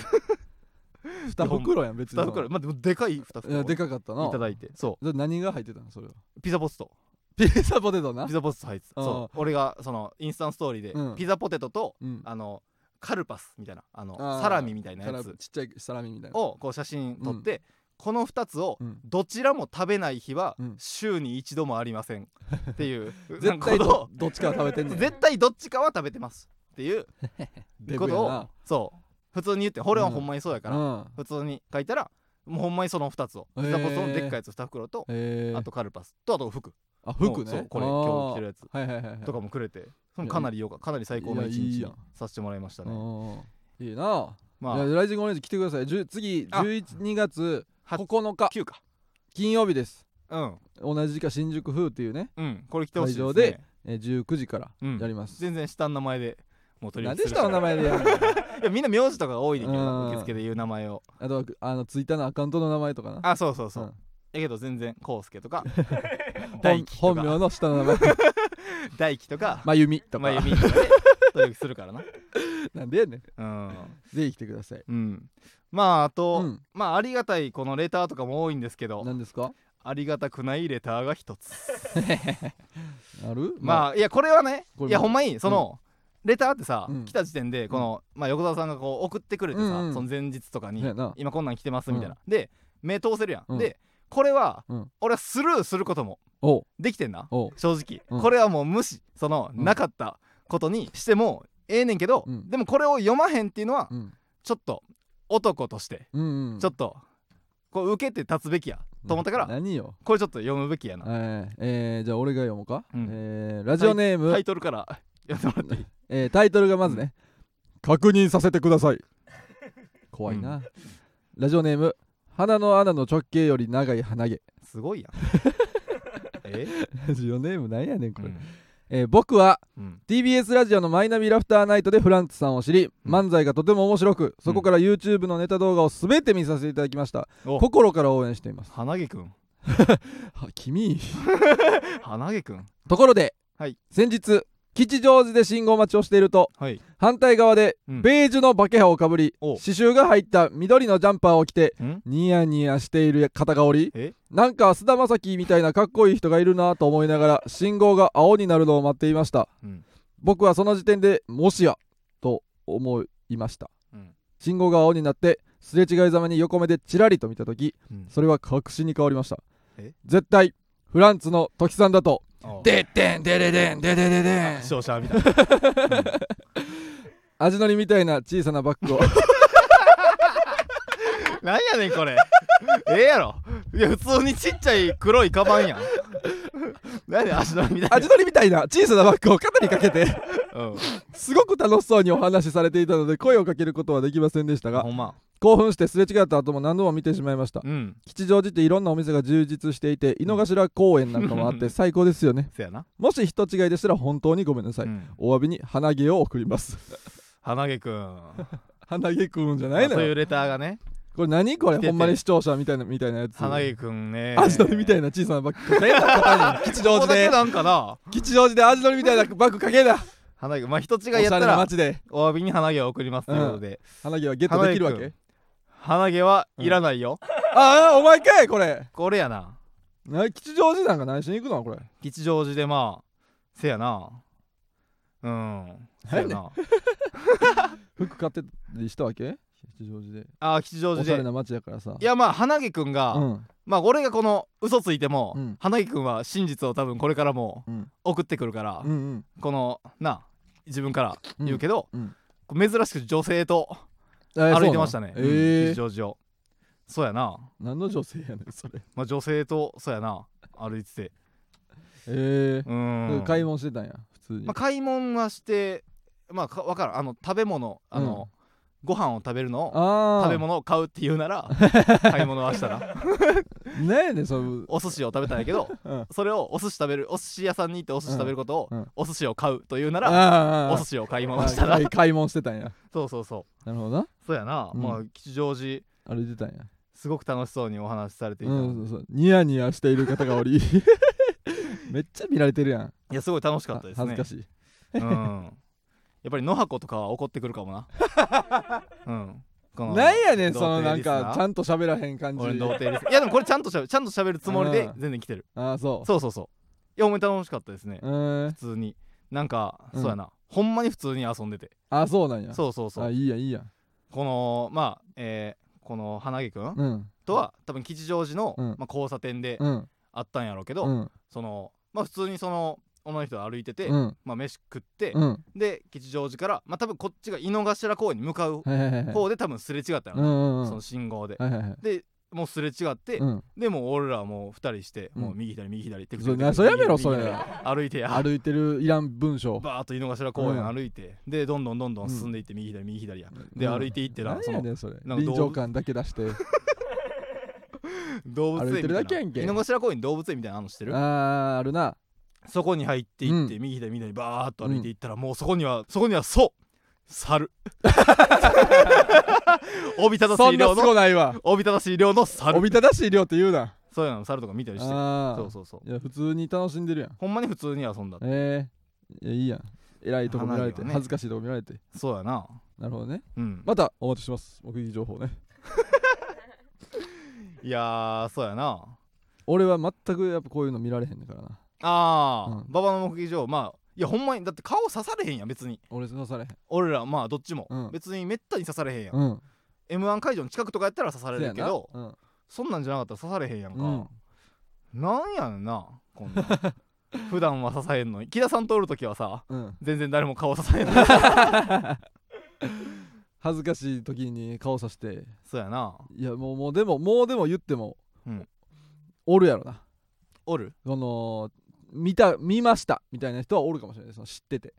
Speaker 2: 二袋やん別に
Speaker 1: 2袋、まあ、でもでかい2
Speaker 2: い
Speaker 1: 袋
Speaker 2: やでかかったない
Speaker 1: ただいてそ
Speaker 2: で何が入ってたのそれは
Speaker 1: うピザポスト
Speaker 2: ピザポテトな
Speaker 1: ピザポスト入ってた
Speaker 2: あー
Speaker 1: そう俺がそのインスタントストーリーで、
Speaker 2: うん
Speaker 1: ピザポテトと
Speaker 2: うん
Speaker 1: あのカルパスみたいなあの
Speaker 2: あー
Speaker 1: サラミみたいな
Speaker 2: サ
Speaker 1: や
Speaker 2: ラ
Speaker 1: つ
Speaker 2: ちっちゃいサラミみたいな
Speaker 1: をこう写真撮って、この2つを
Speaker 2: うん
Speaker 1: どちらも食べない日は
Speaker 2: うん
Speaker 1: 週に一度もありません っていう
Speaker 2: 絶対
Speaker 1: こと
Speaker 2: どどっちかは食べてん
Speaker 1: を
Speaker 2: ね ん
Speaker 1: 絶対どっちかは食べてますっていう
Speaker 2: デ
Speaker 1: こ
Speaker 2: ブや
Speaker 1: とを
Speaker 2: な
Speaker 1: そう普通に言ってこれはほんまにそうやから、
Speaker 2: うん
Speaker 1: 普通に書いたらもうほんまにその2つを
Speaker 2: へー
Speaker 1: ピザポストのでっかいやつ2袋と、
Speaker 2: えー
Speaker 1: あとカルパスとあと服
Speaker 2: あ服ね
Speaker 1: そうこれ
Speaker 2: あ
Speaker 1: 今日
Speaker 2: ー
Speaker 1: 着てるやつ
Speaker 2: はいはいはいはい
Speaker 1: とかもくれてそのかなりよかかなり最高の一
Speaker 2: いやいい
Speaker 1: 日
Speaker 2: や
Speaker 1: に
Speaker 2: ん
Speaker 1: させてもらいましたね
Speaker 2: うんいいな
Speaker 1: まあ
Speaker 2: いやライジングオレンジ来てくださいじゅ次
Speaker 1: あ
Speaker 2: 12月
Speaker 1: は
Speaker 2: 9日
Speaker 1: 9か
Speaker 2: 金曜日です
Speaker 1: うん
Speaker 2: 同じ時間新宿風っていうね
Speaker 1: うんこれ来てほしいです
Speaker 2: 会場
Speaker 1: ね
Speaker 2: でえー19時から
Speaker 1: うん
Speaker 2: やります
Speaker 1: 全然下の名前でもう取り
Speaker 2: なん
Speaker 1: 置き
Speaker 2: です
Speaker 1: る
Speaker 2: 下の名前でやるの
Speaker 1: いやみんな名字とかが多いねんけどな
Speaker 2: うん
Speaker 1: 受付で言う名前を
Speaker 2: あとはあのツイッターのアカウントの名前とかな
Speaker 1: あそうそうそううんやけど全然コウスケと か大輝
Speaker 2: 本
Speaker 1: と
Speaker 2: 本
Speaker 1: か
Speaker 2: 名の下の名前
Speaker 1: 大輝とか
Speaker 2: まゆみと
Speaker 1: まゆ
Speaker 2: か
Speaker 1: みとかで取り置きするからな
Speaker 2: なんでやねん
Speaker 1: うん
Speaker 2: ぜひ来てください
Speaker 1: うんまああと、
Speaker 2: うん
Speaker 1: まあありがたいこのレターとかも多いんですけど
Speaker 2: 何ですか
Speaker 1: ありがたくないレターが一つ
Speaker 2: ある
Speaker 1: まあいやこれはね
Speaker 2: これ
Speaker 1: いやほんまにその、レターってさ、
Speaker 2: うん
Speaker 1: 来た時点でこの、まあ、横澤さんがこう送ってくれてさ、
Speaker 2: うんうん
Speaker 1: その前日とかに、
Speaker 2: そうやな
Speaker 1: 今こんなん来てますみたいな、で目通せるやん、
Speaker 2: うん
Speaker 1: でこれは、
Speaker 2: うん
Speaker 1: 俺はスルーすることも
Speaker 2: おう
Speaker 1: できてんな
Speaker 2: おう
Speaker 1: 正直、
Speaker 2: うん
Speaker 1: これはもう無視その、
Speaker 2: うん
Speaker 1: なかったことにしてもええねんけど、
Speaker 2: うん
Speaker 1: でもこれを読まへんっていうのは、
Speaker 2: うん
Speaker 1: ちょっと男として
Speaker 2: うんうん
Speaker 1: ちょっとこう受けて立つべきやっと思ったから
Speaker 2: 何よ
Speaker 1: これちょっと読むべきやな
Speaker 2: はいえー、じゃあ俺が読もうか、
Speaker 1: うん
Speaker 2: えーラジオネーム、
Speaker 1: タイトルから 読んでもらっていい
Speaker 2: えータイトルがまずね、確認させてくださ い怖いな、ラジオネーム鼻の穴の直径より長い鼻毛
Speaker 1: すごいやんえ
Speaker 2: ラジオネームなんやねんこ
Speaker 1: う
Speaker 2: れ、
Speaker 1: ん
Speaker 2: えー僕は
Speaker 1: うん
Speaker 2: TBS ラジオの「マイナビラフターナイト」でフランツさんを知り、
Speaker 1: うん
Speaker 2: 漫才がとても面白くそこから YouTube のネタ動画を全て見させていただきました、
Speaker 1: お
Speaker 2: 心から応援しています
Speaker 1: 花毛くん
Speaker 2: は君
Speaker 1: 花毛くん
Speaker 2: ところで、
Speaker 1: はい
Speaker 2: 先日吉祥寺で信号待ちをしていると
Speaker 1: はい
Speaker 2: 反対側で
Speaker 1: うん
Speaker 2: ベージュのバケハをかぶり、
Speaker 1: お
Speaker 2: 刺繍が入った緑のジャンパーを着て
Speaker 1: ん
Speaker 2: ニヤニヤしている方がおり
Speaker 1: え
Speaker 2: なんか菅田将暉みたいなかっこいい人がいるなと思いながら信号が青になるのを待っていました
Speaker 1: うん
Speaker 2: 僕はその時点でもしやと思いました
Speaker 1: うん
Speaker 2: 信号が青になってすれ違いざまに横目でチラリと見た時
Speaker 1: うん
Speaker 2: それは確信に変わりました
Speaker 1: え
Speaker 2: 絶対フランツの時さんだと
Speaker 1: お
Speaker 2: でってんでれでんでれででん
Speaker 1: 勝者みたい
Speaker 2: 味のりみたいな小さなバッグを
Speaker 1: ななんやねんこれ ええやろいや普通にちっちゃい黒いカバンやん 何で足取りみたい
Speaker 2: 味のりみたいな小さなバッグを肩にかけて
Speaker 1: なうん
Speaker 2: すごく楽しそうにお話しされていたので声をかけることはできませんでしたが
Speaker 1: ほんま
Speaker 2: 興奮してすれ違った後も何度も見てしまいました
Speaker 1: うん
Speaker 2: 吉祥寺っていろんなお店が充実していて井の頭公園なんかもあっ
Speaker 1: う
Speaker 2: て
Speaker 1: ん
Speaker 2: 最高ですよね
Speaker 1: せやな
Speaker 2: もし人違いでしたら本当にごめんなさい、
Speaker 1: うん
Speaker 2: お詫びに鼻毛を送ります
Speaker 1: 花毛くん
Speaker 2: 鼻毛くんじゃ
Speaker 1: ま
Speaker 2: ない
Speaker 1: あ
Speaker 2: の
Speaker 1: そうい
Speaker 2: よ
Speaker 1: うレターがね
Speaker 2: これ何これ
Speaker 1: 来てて
Speaker 2: ほんまに視聴者みたいなみたいなやつ
Speaker 1: 花毛くんね
Speaker 2: 味のりみた
Speaker 1: ない
Speaker 2: な小さなバッグかけな吉
Speaker 1: こ
Speaker 2: 祥
Speaker 1: こだ
Speaker 2: 寺
Speaker 1: け
Speaker 2: で
Speaker 1: なんかな
Speaker 2: 吉祥寺で味のりみたいなバッグかけな
Speaker 1: 花毛まあ人違
Speaker 2: お
Speaker 1: い
Speaker 2: しゃれ
Speaker 1: やった
Speaker 2: な
Speaker 1: ら
Speaker 2: 街で
Speaker 1: お詫びに花毛を送りますということで
Speaker 2: 鼻毛はゲットできるわ
Speaker 1: 鼻
Speaker 2: け
Speaker 1: 毛花毛はいらないよ
Speaker 2: ああお前かいこれ
Speaker 1: これやな
Speaker 2: な吉祥寺なんか何しに行くのこれ
Speaker 1: 吉祥寺でまあせやなうんせやな
Speaker 2: 服買ってたりしたわけ吉祥寺で
Speaker 1: あー吉祥
Speaker 2: おしゃ
Speaker 1: 寺
Speaker 2: れ
Speaker 1: で
Speaker 2: な街やからさ
Speaker 1: いやまあ花毛くんが、
Speaker 2: うん
Speaker 1: まあ俺がこの嘘ついても、
Speaker 2: うん
Speaker 1: 花毛くんは真実を多分これからも
Speaker 2: うん
Speaker 1: 送ってくるから、
Speaker 2: うんうん
Speaker 1: このな自分から言うけど、
Speaker 2: うん
Speaker 1: こう珍しく女性と
Speaker 2: えー
Speaker 1: 歩いてましたね、
Speaker 2: そうなんえ
Speaker 1: うん
Speaker 2: え
Speaker 1: 吉祥寺をそうやな、
Speaker 2: 何の女性やねんそれ
Speaker 1: まあ、女性とそうやな歩いてて
Speaker 2: え
Speaker 1: う
Speaker 2: え
Speaker 1: ん
Speaker 2: 買い物してたんや普通に
Speaker 1: まあ、買い物はしてまあか分からんあの食べ物あの、ご飯を食べるのを
Speaker 2: ああ
Speaker 1: 食べ物を買うって言うなら 買い物はしたら
Speaker 2: なんやねんその
Speaker 1: お寿司を食べたんやけど
Speaker 2: うん
Speaker 1: それをお寿司食べるお寿司屋さんに行ってお寿司食べることを、
Speaker 2: うんうん
Speaker 1: お寿司を買うというなら、
Speaker 2: あ
Speaker 1: お
Speaker 2: ー
Speaker 1: 寿司を買い
Speaker 2: あー
Speaker 1: 物したら、
Speaker 2: 買い買い物してたんや
Speaker 1: そうそうそう
Speaker 2: なるほどな
Speaker 1: そうやな、
Speaker 2: うん
Speaker 1: まあ吉祥寺
Speaker 2: 歩いてたんや
Speaker 1: すごく楽しそうにお話しされていた、
Speaker 2: うんそうそうニヤニヤしている方がおり めっちゃ見られてるやん
Speaker 1: いやすごい楽しかったですね
Speaker 2: 恥ずかしい
Speaker 1: うん、やっぱり野箱とかは怒ってくるかもな うんこの
Speaker 2: なんやねん
Speaker 1: 童
Speaker 2: その
Speaker 1: 貞
Speaker 2: なん
Speaker 1: リスナ
Speaker 2: か
Speaker 1: ー
Speaker 2: ちゃんと喋らへん感じ
Speaker 1: 俺の童貞ですいやでもこれちゃんとしゃべちゃんと喋るつもりで
Speaker 2: うん
Speaker 1: 全然来てる
Speaker 2: ああそう
Speaker 1: そうそうそういやお前楽しかったですね
Speaker 2: うーん
Speaker 1: 普通になんか
Speaker 2: うん
Speaker 1: そうやなほんまに普通に遊んでて
Speaker 2: あそうなんや
Speaker 1: そうそうそ
Speaker 2: あ
Speaker 1: う
Speaker 2: いいやんいいやん
Speaker 1: このまあえーこの花毛くん
Speaker 2: うん
Speaker 1: とは多分吉祥寺の
Speaker 2: うん
Speaker 1: まあ交差点で
Speaker 2: うん
Speaker 1: あったんやろうけ
Speaker 2: う
Speaker 1: ど
Speaker 2: ん
Speaker 1: そのまあ普通にその女の人が歩いてて
Speaker 2: うん
Speaker 1: まあ飯食って
Speaker 2: うん
Speaker 1: で吉祥寺からまあ多分こっちが井の頭公園に向かう
Speaker 2: はいはいはいはい
Speaker 1: 方で多分すれ違ったんや
Speaker 2: う
Speaker 1: ろな
Speaker 2: んうんうん
Speaker 1: その信号で
Speaker 2: はいはいはい
Speaker 1: でもうすれ違って
Speaker 2: うん
Speaker 1: でもう俺らはもう二人して、
Speaker 2: うん
Speaker 1: もう右左右左って
Speaker 2: そうなそれやめろそれ
Speaker 1: 歩いてや
Speaker 2: 歩いてるいらん文章
Speaker 1: バーッと井の頭公園
Speaker 2: うん
Speaker 1: 歩いて、でどんどんどんどん進んでいって右左右左や、で歩いていってな
Speaker 2: 何やねんそれ
Speaker 1: なんか動
Speaker 2: 臨
Speaker 1: 物
Speaker 2: 場感だけ出して
Speaker 1: 動物園みたいな
Speaker 2: 歩いてるだけやんけ
Speaker 1: 井の頭公園に動物園みたいなのしてる
Speaker 2: あーあるな
Speaker 1: そこに入っていって、
Speaker 2: う
Speaker 1: 右左右左バーッと歩いていったら、もうそこにはそこにはそう 猿おびただ
Speaker 2: そ
Speaker 1: し
Speaker 2: ん
Speaker 1: い
Speaker 2: な
Speaker 1: 量
Speaker 2: す
Speaker 1: の
Speaker 2: ごないわ
Speaker 1: おびただしい量の
Speaker 2: お
Speaker 1: 猿
Speaker 2: びただしい量って言うな
Speaker 1: そういうの猿とか見たりして
Speaker 2: あ
Speaker 1: そう
Speaker 2: あ
Speaker 1: そうそう
Speaker 2: いや普通に楽しんでるやん
Speaker 1: ほんまに普通に遊んだ
Speaker 2: ええいやいいやん偉いとこ見られ
Speaker 1: 花火
Speaker 2: て
Speaker 1: はね
Speaker 2: 恥ずかしいとこ見られて
Speaker 1: そうやな
Speaker 2: なるほどね
Speaker 1: うん
Speaker 2: またお待ちします目撃情報ね
Speaker 1: いやーそうやな
Speaker 2: 俺は全くやっぱこういうの見られへんねんからな
Speaker 1: ああ、
Speaker 2: うん
Speaker 1: 馬場の目撃情報まあいやほんまにだって顔刺されへんやん別に
Speaker 2: 俺刺されへん
Speaker 1: 俺らまあどっちも、
Speaker 2: うん
Speaker 1: 別にめったに刺されへんやん、
Speaker 2: うん
Speaker 1: m 1会場の近くとかやったら刺され
Speaker 2: せや
Speaker 1: る
Speaker 2: な
Speaker 1: けど
Speaker 2: うん
Speaker 1: そんなんじゃなかったら刺されへんやんか、
Speaker 2: うん
Speaker 1: なんやねんなこんなん 普段は刺さへんのに木田さんとおる時はさ
Speaker 2: うん
Speaker 1: 全然誰も顔刺さへん の
Speaker 2: 恥ずかしい時に顔さして
Speaker 1: そうやない
Speaker 2: やもうもうでももうでも言っても、
Speaker 1: うん
Speaker 2: おるやろな
Speaker 1: おる
Speaker 2: その見た見ましたみたいな人はおるかもしれないその知ってて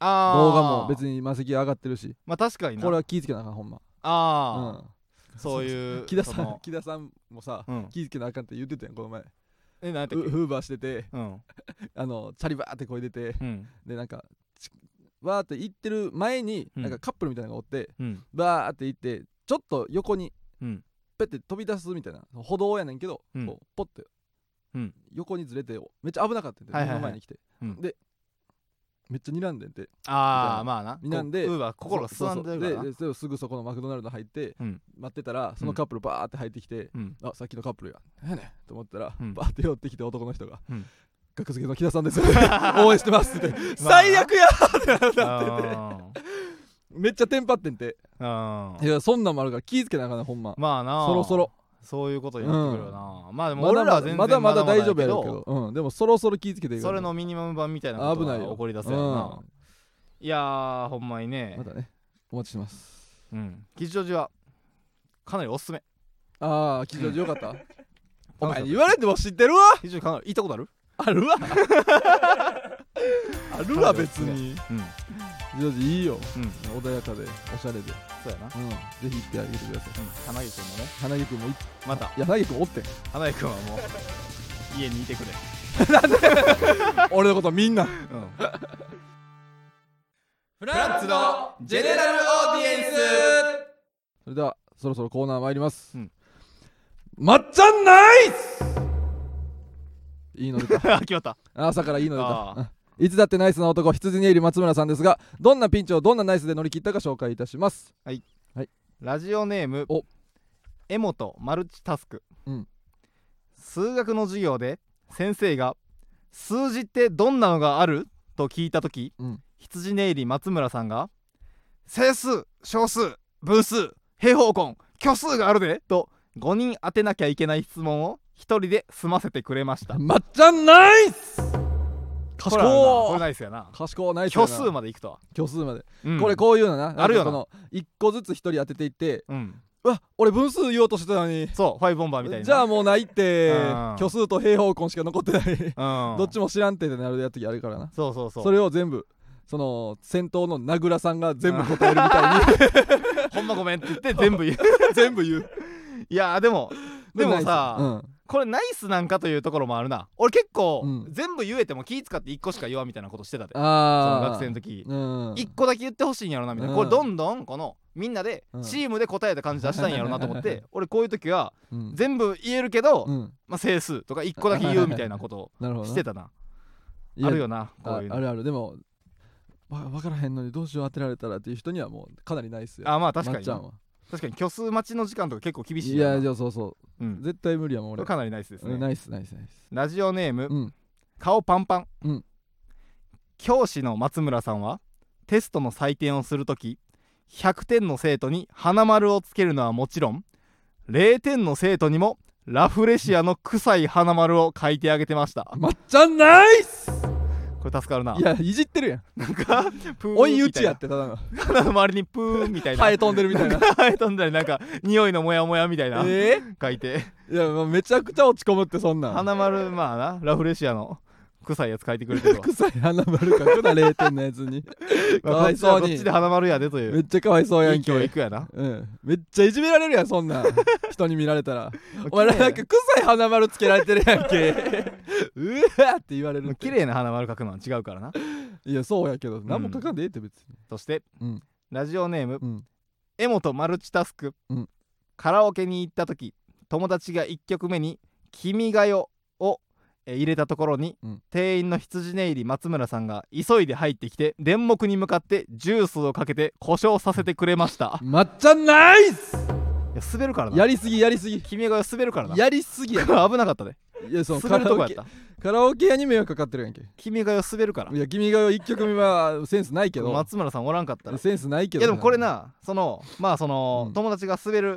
Speaker 1: あ
Speaker 2: 動画も別
Speaker 1: に
Speaker 2: に魔石上がってるし
Speaker 1: まあ確かにな
Speaker 2: これは気ぃつけなあかんほんま
Speaker 1: ああ、
Speaker 2: う
Speaker 1: そういうん
Speaker 2: 木田さ
Speaker 1: そ
Speaker 2: ん
Speaker 1: の
Speaker 2: 木田さんもさ
Speaker 1: うん
Speaker 2: 気ぃつけなあかんって言ってたやんこの前
Speaker 1: えなんて
Speaker 2: ウウーバーしてて
Speaker 1: うん
Speaker 2: あのチャリバーってこいでて
Speaker 1: うん
Speaker 2: でなんかちわーって行ってる前に
Speaker 1: うん
Speaker 2: なんかカップルみたいなのがおって
Speaker 1: うん
Speaker 2: バーって行ってちょっと横に
Speaker 1: うん
Speaker 2: ペッて飛び出すみたいな歩道やねんけど、
Speaker 1: うん
Speaker 2: こうポッて、
Speaker 1: うん
Speaker 2: 横にずれてめっちゃ危なかったんで、
Speaker 1: はいはいはい
Speaker 2: 目の前に来て、
Speaker 1: うん
Speaker 2: でめっちゃ睨んでんて
Speaker 1: ああまあな
Speaker 2: みんなで
Speaker 1: こううわ心がす
Speaker 2: そ
Speaker 1: さ
Speaker 2: うん
Speaker 1: でるか
Speaker 2: そうそう
Speaker 1: ら
Speaker 2: で
Speaker 1: な
Speaker 2: でそうすぐそこのマクドナルド入って、
Speaker 1: うん
Speaker 2: 待ってたらそのカップルバーって入ってきて、
Speaker 1: うん
Speaker 2: あさっきのカップルや何やねんと思ったら、
Speaker 1: うん
Speaker 2: バーって寄ってきて男の人が
Speaker 1: うん
Speaker 2: 「学付けの木田さ んですよ応援してます」って言って「最悪や!」って なっててめっちゃテンパってんて
Speaker 1: あーあ
Speaker 2: い
Speaker 1: ー
Speaker 2: やそんなんもあるから気ぃつけなあかんねほんま
Speaker 1: まあな
Speaker 2: そろそろ
Speaker 1: そういうことになってくるよなまあでも
Speaker 2: ま
Speaker 1: 俺
Speaker 2: だ
Speaker 1: ら
Speaker 2: ま
Speaker 1: は
Speaker 2: だ
Speaker 1: 全然
Speaker 2: まだまだ大丈夫やろ
Speaker 1: ろ
Speaker 2: うけど、うん、でもそろそろ気ぃつけていかんと
Speaker 1: それのミニマム版みたいなこと
Speaker 2: 危な
Speaker 1: が
Speaker 2: いよ
Speaker 1: 起こりだすやろな、いやーほんまに
Speaker 2: う
Speaker 1: ね
Speaker 2: ん、まだねお待ちしてます
Speaker 1: うん吉祥寺はかなりおすすめ
Speaker 2: ああ吉祥寺よか ったお
Speaker 1: 楽しかっ
Speaker 2: 前
Speaker 1: た
Speaker 2: に言われても知ってるわ
Speaker 1: 吉祥寺かなり行ったことある
Speaker 2: ある わあるわ別
Speaker 1: 楽
Speaker 2: に
Speaker 1: うんうん
Speaker 2: 吉祥寺いいよ穏やかでおしゃれで、
Speaker 1: そうやな
Speaker 2: うん、ぜひ行ってあげてください
Speaker 1: 花木君もね
Speaker 2: 花木くんもい
Speaker 1: また
Speaker 2: や花木くんおってん
Speaker 1: 花木君はもう 家にいてくれ
Speaker 2: 俺のことみん な
Speaker 1: うん
Speaker 2: フ
Speaker 1: ランツのジェネラルオーディエンス
Speaker 2: それではそろそろコーナー参ります、
Speaker 1: うん
Speaker 2: まっちゃんナイスいいの出た
Speaker 1: あ決まった
Speaker 2: 朝からいいの出
Speaker 1: あー
Speaker 2: たうんいつだってナイスな男羊にいる松村さんですがどんなピンチをどんなナイスで乗り切ったか紹介いたします
Speaker 1: ラジオネーム
Speaker 2: お
Speaker 1: エモとマルチタスク、
Speaker 2: うん
Speaker 1: 数学の授業で先生が「数字ってどんなのがある?」と聞いた時、
Speaker 2: うん
Speaker 1: 羊ネイリ松村さんが「整数小数分数平方根虚数があるで」と5人当てなきゃいけない質問を1人で済ませてくれま した
Speaker 2: まっちゃんナイス
Speaker 1: これはなこれ
Speaker 2: 賢い
Speaker 1: ナイスやな
Speaker 2: 賢いナイスや
Speaker 1: 虚
Speaker 2: な
Speaker 1: 数までいくとは、
Speaker 2: 虚数まで、
Speaker 1: うん
Speaker 2: これこういうのな
Speaker 1: あるよな
Speaker 2: なんかこの一個ずつ一人当てていって
Speaker 1: うん
Speaker 2: うわ俺分数言おうとしてたのに
Speaker 1: そうファイブボンバーみたいな
Speaker 2: じゃあもうないって
Speaker 1: うん
Speaker 2: 虚数と平方根しか残ってない
Speaker 1: うん、
Speaker 2: どっちも知らんてってなるやつやるからな
Speaker 1: そうそうそう
Speaker 2: それを全部その先頭の名倉さんが全部答えるみたいに
Speaker 1: ほんまごめんって言って全部言う
Speaker 2: 全部言う
Speaker 1: いやーでも でもさ、
Speaker 2: ナイ
Speaker 1: これナイスなんかというところもあるな俺結構、
Speaker 2: うん
Speaker 1: 全部言えても気使って1個しか言わんみたいなことしてたで
Speaker 2: スうん
Speaker 1: そ
Speaker 2: あ
Speaker 1: の
Speaker 2: あ
Speaker 1: 学生の時、
Speaker 2: の
Speaker 1: 一1個だけ言ってほしいんやろなみたいな、
Speaker 2: うん
Speaker 1: これどんどんこのみんなで
Speaker 2: うん
Speaker 1: チームで答えた感じ出したいんやろなと思って、 俺こういう時は
Speaker 2: うん
Speaker 1: 全部言えるけど、
Speaker 2: うん
Speaker 1: まあ、整数とか1個だけ言うみたいなこと
Speaker 2: なるほ
Speaker 1: を
Speaker 2: ど
Speaker 1: し
Speaker 2: な
Speaker 1: てたな
Speaker 2: いや
Speaker 1: あるよなこ
Speaker 2: あ
Speaker 1: ういう
Speaker 2: あ
Speaker 1: の
Speaker 2: るあるでもわ分からへんのにどうしよう当てられたらっていう人にはもうかなりないっすよ
Speaker 1: あまあ確か
Speaker 2: まっ
Speaker 1: に
Speaker 2: ちゃ
Speaker 1: なん
Speaker 2: は
Speaker 1: 確かに虚数待ちの時間とか結構厳しい
Speaker 2: い
Speaker 1: や
Speaker 2: や
Speaker 1: ん
Speaker 2: じ
Speaker 1: な
Speaker 2: ゃあそうそううん絶対無理やもん
Speaker 1: こ
Speaker 2: 俺
Speaker 1: れかなりナイスですね、
Speaker 2: うんナイスナイスナイス
Speaker 1: ラジオネーム
Speaker 2: うん
Speaker 1: 顔パンパン、
Speaker 2: うん
Speaker 1: 教師の松村さんはテストの採点をするとき100点の生徒に花丸をつけるのはもちろん0点の生徒にもラフレシアの臭い花丸を書いてあげてましたこ
Speaker 2: まっちゃんナイス
Speaker 1: れ助かるない
Speaker 2: やいじってるやん
Speaker 1: プー
Speaker 2: 追い打ちやっ
Speaker 1: や
Speaker 2: てただの
Speaker 1: 花の周りにプーンみたいな
Speaker 2: ハエ飛んでるみたい な
Speaker 1: 生え飛んだりなんか匂いのモヤモヤみたいな、
Speaker 2: え
Speaker 1: 書いて
Speaker 2: えいやもうめちゃくちゃ落ち込むってそんなん
Speaker 1: 花丸まあなラフレシアの臭いやつ書いてくれてるわ
Speaker 2: 臭い花丸かくな0点のやつ に か
Speaker 1: まあこ
Speaker 2: わ
Speaker 1: っ
Speaker 2: い
Speaker 1: ちは
Speaker 2: そう
Speaker 1: こっ
Speaker 2: に
Speaker 1: ちで花丸やでとい
Speaker 2: め
Speaker 1: う
Speaker 2: っちゃかわいそうや
Speaker 1: い
Speaker 2: ん
Speaker 1: い
Speaker 2: け
Speaker 1: 教育やな
Speaker 2: うん、めっちゃいじめられるやんそんなん 人に見られたらお前
Speaker 1: 綺
Speaker 2: ら
Speaker 1: 麗
Speaker 2: なんか臭い花丸つけられてるや んけうわーって言われるって
Speaker 1: 綺麗な花丸描くのは違う からない
Speaker 2: やそうやけど何も書かんでええって別に
Speaker 1: そして、
Speaker 2: うん
Speaker 1: ラジオネーム
Speaker 2: うん
Speaker 1: 柄本マルチタスク、
Speaker 2: うん
Speaker 1: カラオケに行った時友達が1曲目に「君が代」をえー入れたところに、
Speaker 2: うん
Speaker 1: 店員の羊ネイリ松村さんが急いで入ってきて電目に向かってジュースをかけて故障させてくれました、
Speaker 2: まっちゃんナイス
Speaker 1: いや滑るからな
Speaker 2: やりすぎやりすぎ
Speaker 1: 君が代滑るからな
Speaker 2: やりすぎや
Speaker 1: 危なかったで
Speaker 2: いやその
Speaker 1: 滑
Speaker 2: カ
Speaker 1: る
Speaker 2: ラ
Speaker 1: とこ
Speaker 2: オ
Speaker 1: やっ
Speaker 2: ケ
Speaker 1: た
Speaker 2: カラオケ屋に迷惑かかってるやんけ
Speaker 1: 君が代滑るから
Speaker 2: いや君が代一曲目はセンスないけど
Speaker 1: 松村さんおらんかったら
Speaker 2: センスないけ
Speaker 1: い
Speaker 2: ど
Speaker 1: やでもこれなそのまあその、
Speaker 2: うん
Speaker 1: 友達が滑る、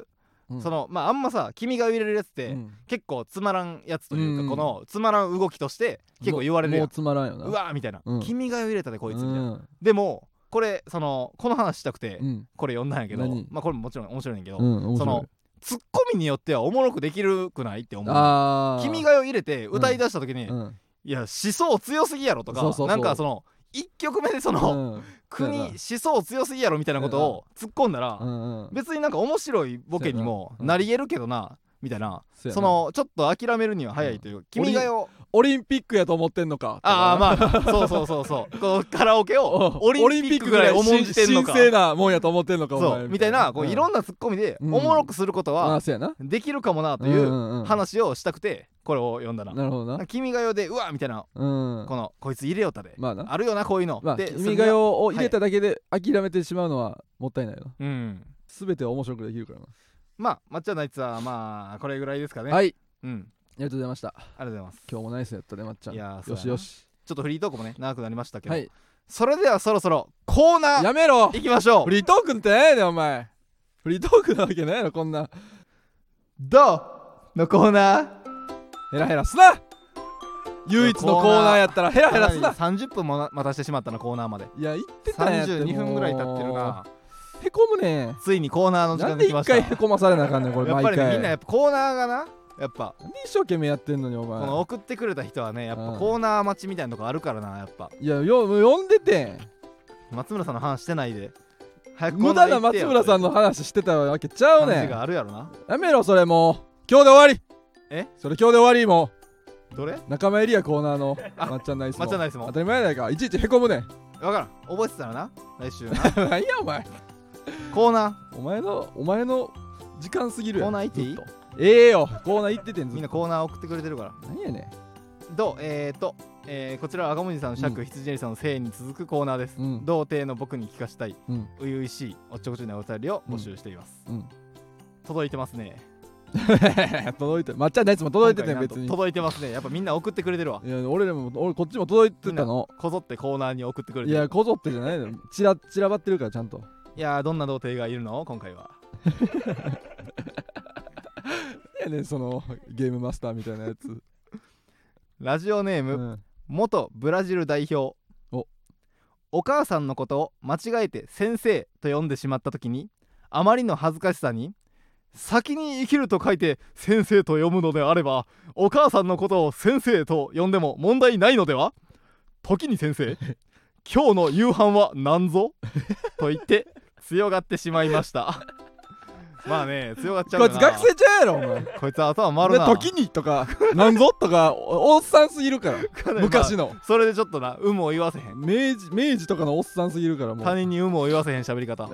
Speaker 2: うん
Speaker 1: そのまああんまさ君が入れるやつって、
Speaker 2: うん
Speaker 1: 結構つまらんやつというか、
Speaker 2: うん
Speaker 1: このつまらん動きとして結構言われるや
Speaker 2: もうんつまらんよな
Speaker 1: うわーみたいな、
Speaker 2: うん
Speaker 1: 君が入れたでこいつみたいな、
Speaker 2: うん
Speaker 1: でもこれそのこの話したくて
Speaker 2: うん
Speaker 1: これ読んだんやけど、
Speaker 2: 何
Speaker 1: まあこれももちろん面白いねんけど、
Speaker 2: うん面白い
Speaker 1: そのツッコミによってはおもろくできるくないって思う
Speaker 2: あー
Speaker 1: 君が代入れて歌い出した時に、
Speaker 2: うん
Speaker 1: いや思想強すぎやろとか
Speaker 2: そうそうそう
Speaker 1: なんかその1曲目でその、
Speaker 2: うん
Speaker 1: 国
Speaker 2: そうや
Speaker 1: 思想強すぎやろみたいなことを突っ込んだら、
Speaker 2: うんうん
Speaker 1: 別になんか面白いボケにも
Speaker 2: うん
Speaker 1: なりえるけどな、みたいな
Speaker 2: そうやな
Speaker 1: そのちょっと諦めるには早いという、君がよ
Speaker 2: オリンピックやと思ってんのか
Speaker 1: ああ
Speaker 2: あ
Speaker 1: まあそうそうそう そうこうカラオケを
Speaker 2: オ
Speaker 1: オ
Speaker 2: リン
Speaker 1: リン
Speaker 2: ピ
Speaker 1: ピ
Speaker 2: ッ
Speaker 1: ッ
Speaker 2: ク
Speaker 1: ク
Speaker 2: ぐ
Speaker 1: ぐ
Speaker 2: ら
Speaker 1: らい
Speaker 2: い重
Speaker 1: 重
Speaker 2: ん
Speaker 1: ん
Speaker 2: じ
Speaker 1: じ
Speaker 2: て
Speaker 1: て
Speaker 2: ん
Speaker 1: ん
Speaker 2: の
Speaker 1: の
Speaker 2: か
Speaker 1: か
Speaker 2: 神聖なもんやと思ってんのかお
Speaker 1: そ
Speaker 2: 前
Speaker 1: うみたいなこういろ
Speaker 2: ん
Speaker 1: んなツッコミでお
Speaker 2: うん
Speaker 1: もろくすることは
Speaker 2: そうやな
Speaker 1: できるかもなとい
Speaker 2: うん
Speaker 1: う
Speaker 2: うんうん
Speaker 1: 話をしたくてこれを読んだな
Speaker 2: なるほどな
Speaker 1: 「君が代」で「うわ」みたいな
Speaker 2: うん
Speaker 1: この「こいつ入れよったで」
Speaker 2: まあな
Speaker 1: あるよなこういうの
Speaker 2: まあ
Speaker 1: で
Speaker 2: 君が代を入れただけで諦めてしまうのはもったいないな
Speaker 1: それがうん
Speaker 2: 全ては面白くできるからな
Speaker 1: まあ抹茶ナイツはまあこれぐらいですかね
Speaker 2: はいあり
Speaker 1: うん
Speaker 2: がとうございました
Speaker 1: ありがとうございます
Speaker 2: 今日もナイスやったねまっちゃん
Speaker 1: いやーそうや
Speaker 2: よし
Speaker 1: な
Speaker 2: よし
Speaker 1: ちょっとフリートークもね長くなりましたけど
Speaker 2: はい
Speaker 1: それではそろそろコーナー
Speaker 2: やめろ
Speaker 1: いきましょ
Speaker 2: フ
Speaker 1: う
Speaker 2: リートークってないねんお前フリートークなわけないやろこんな
Speaker 1: どうのコーナー
Speaker 2: ヘラヘラすな唯一のコーナーやったらヘラヘラすな
Speaker 1: 30分もな待たしてしまったなコーナーまで
Speaker 2: いや言ってたんやって
Speaker 1: 32分ぐらい経ってるな
Speaker 2: もうへこむねん
Speaker 1: ついにコーナーの時
Speaker 2: な
Speaker 1: 間
Speaker 2: ん
Speaker 1: が
Speaker 2: で
Speaker 1: 来ま
Speaker 2: 一
Speaker 1: した
Speaker 2: 回へこまされなあかんねんこれ
Speaker 1: やっ
Speaker 2: 毎
Speaker 1: ぱ
Speaker 2: 回
Speaker 1: りねみんなやっぱコーナーがなやっぱ
Speaker 2: なんで一生懸命やってんのにお
Speaker 1: この
Speaker 2: 前
Speaker 1: 送ってくれた人はねやっ
Speaker 2: う
Speaker 1: ぱ
Speaker 2: ん
Speaker 1: コーナー待ちみたいなとこあるからなやっぱ
Speaker 2: いやよ呼んでてん
Speaker 1: 松村さんの話してないで早くコー
Speaker 2: 無
Speaker 1: ナー
Speaker 2: 駄な
Speaker 1: 行って
Speaker 2: 松
Speaker 1: よ
Speaker 2: 村さんの話してたわけちゃうね
Speaker 1: 話
Speaker 2: ん
Speaker 1: があるやろな
Speaker 2: やめろそれもう今日で終わり
Speaker 1: え
Speaker 2: それ今日で終わりも
Speaker 1: どれわ
Speaker 2: う仲間エリアコーナーのまっちゃんナイスも
Speaker 1: まっちゃんナイスも
Speaker 2: 当たり前やないかいちいちへこむねん
Speaker 1: からん覚えてたらな来週な
Speaker 2: なんやお前
Speaker 1: コーナ
Speaker 2: お前のお前の時間すぎるやん
Speaker 1: コーナー行っていい
Speaker 2: ずとええよコーナー行っててん
Speaker 1: ー
Speaker 2: ず
Speaker 1: みん
Speaker 2: っ
Speaker 1: な
Speaker 2: と
Speaker 1: コーナー送ってくれてるから
Speaker 2: 何やね
Speaker 1: どうえー、と、えーこちらは赤文字さんの
Speaker 2: う
Speaker 1: 尺、羊エリさんのせいに続くコーナーです、
Speaker 2: うん
Speaker 1: 童貞の僕に聞かしたい
Speaker 2: んうん
Speaker 1: 初々しいおっちょこちょいなお便りを募集しています、
Speaker 2: うん
Speaker 1: 届いてますね
Speaker 2: 届いてるまっちゃんナイスも届いててん
Speaker 1: 今回なんと
Speaker 2: 別に
Speaker 1: 届いてますねやっぱみんな送ってくれてるわ
Speaker 2: いや俺らも俺こっちも届いてたの
Speaker 1: こぞってコーナーに送ってくれ
Speaker 2: い
Speaker 1: てるい
Speaker 2: や
Speaker 1: や
Speaker 2: こぞってじゃないのちら散らばってるからちゃんと
Speaker 1: ーどんな童貞がいるの今回はい
Speaker 2: やねんそのゲームマスターみたいなやつ、
Speaker 1: ラジオネーム、
Speaker 2: うん
Speaker 1: 元ブラジル代表
Speaker 2: お
Speaker 1: お母さんのことを間違えて「先生」と呼んでしまった時にあまりの恥ずかしさに「先に生きる」と書いて「先生」と読むのであればお母さんのことを「先生」と呼んでも問題ないのでは時に先 生今日の夕飯は何ぞと言って強がってしまいましたまあね強がっちゃう
Speaker 2: こ
Speaker 1: よ
Speaker 2: いつ
Speaker 1: な
Speaker 2: 学生ちゃうやろお前
Speaker 1: こいつ頭回るな
Speaker 2: で時にとかなんぞとかおおっさんすぎるから
Speaker 1: まあ
Speaker 2: 昔の
Speaker 1: それでちょっとな有無を言わせへん
Speaker 2: 明治明治とかのおっさんすぎるからも
Speaker 1: 他
Speaker 2: う
Speaker 1: 人に有無を言わせへん喋り 方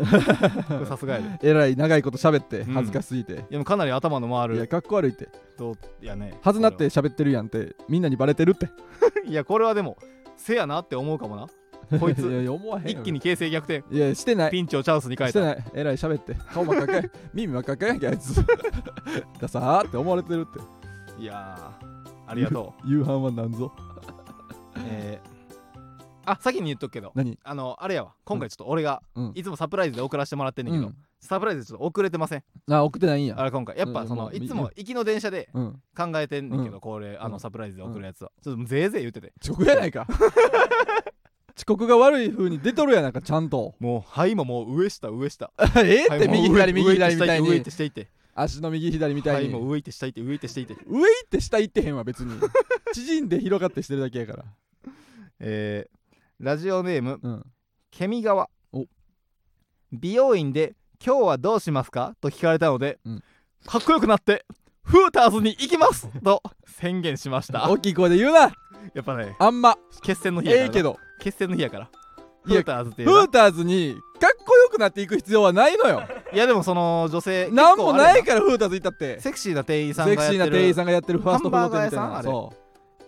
Speaker 1: さすがやでいや
Speaker 2: えらい長いこと喋って
Speaker 1: うん
Speaker 2: 恥ずかしすぎて、
Speaker 1: でもかなり頭の回
Speaker 2: いや
Speaker 1: る
Speaker 2: かっこ悪いって
Speaker 1: どういやね
Speaker 2: はずなって喋ってるやんってみんなにバレてるって
Speaker 1: これはいやこれはでもせやなって思うかも なこい
Speaker 2: いや
Speaker 1: つ
Speaker 2: いや思わへん
Speaker 1: 一
Speaker 2: よ
Speaker 1: 気に形勢逆転
Speaker 2: いやしてない
Speaker 1: ピンチをチャンスに変え
Speaker 2: して
Speaker 1: た
Speaker 2: ないえらい喋って顔真 っ赤かい耳真っ赤かいやんけあいつ ださーって思われてるって
Speaker 1: いやーありがと
Speaker 2: 夕飯はなんぞ
Speaker 1: うえーあ先に言っとくけど
Speaker 2: 何
Speaker 1: あのあれやわ今回ちょっと俺が
Speaker 2: うん
Speaker 1: いつもサプライズで送らせてもらってんねん
Speaker 2: う
Speaker 1: けど
Speaker 2: ん
Speaker 1: サプライズでちょっと遅れてません
Speaker 2: あ送ってないんや
Speaker 1: あれ今回やっぱその
Speaker 2: うん
Speaker 1: いつも行きの電車で
Speaker 2: うん
Speaker 1: 考えてんねんけ
Speaker 2: う
Speaker 1: どこれあ
Speaker 2: うん
Speaker 1: のサプライズで送るやつはちょっとぜいぜい言ってて
Speaker 2: 遅刻やないか 遅刻が悪い風に出とるやないかちゃんと
Speaker 1: もうはいももう上下上下
Speaker 2: え
Speaker 1: は
Speaker 2: っ
Speaker 1: い
Speaker 2: て
Speaker 1: もう
Speaker 2: 右
Speaker 1: 上
Speaker 2: 左右左みたい
Speaker 1: 上行っ
Speaker 2: に
Speaker 1: て下行って上行って
Speaker 2: 足の右左み
Speaker 1: 下行って
Speaker 2: た
Speaker 1: はいい
Speaker 2: に
Speaker 1: も
Speaker 2: 上行
Speaker 1: う上行って下行って上行って下行って
Speaker 2: って下行ってへんわ 別に縮んで広がってしてるだけやから
Speaker 1: えーラジオネーム
Speaker 2: うん
Speaker 1: ケミ川
Speaker 2: お
Speaker 1: 美容院で「今日はどうしますか?」と聞かれたので、
Speaker 2: うん
Speaker 1: かっこよくなって「フーターズに行きます!」と宣言しました
Speaker 2: 大きい声で言うな
Speaker 1: やっぱね
Speaker 2: あんま
Speaker 1: 決戦の日やか
Speaker 2: え
Speaker 1: ら
Speaker 2: え
Speaker 1: な
Speaker 2: けど
Speaker 1: 決戦の日やから
Speaker 2: い
Speaker 1: フ
Speaker 2: や
Speaker 1: ーターズっていう
Speaker 2: フ
Speaker 1: な
Speaker 2: ーターズにかっこよくなっていく必要はないのよ
Speaker 1: いやでもその女性
Speaker 2: なんもない
Speaker 1: 結構
Speaker 2: からフーターズ行ったって
Speaker 1: あれセクシーな店員
Speaker 2: セ
Speaker 1: さん
Speaker 2: ク
Speaker 1: が
Speaker 2: シ
Speaker 1: やってる
Speaker 2: ーな店員さんがやってるファーストフード店みたい
Speaker 1: ハンバーガー屋さん
Speaker 2: な
Speaker 1: あれ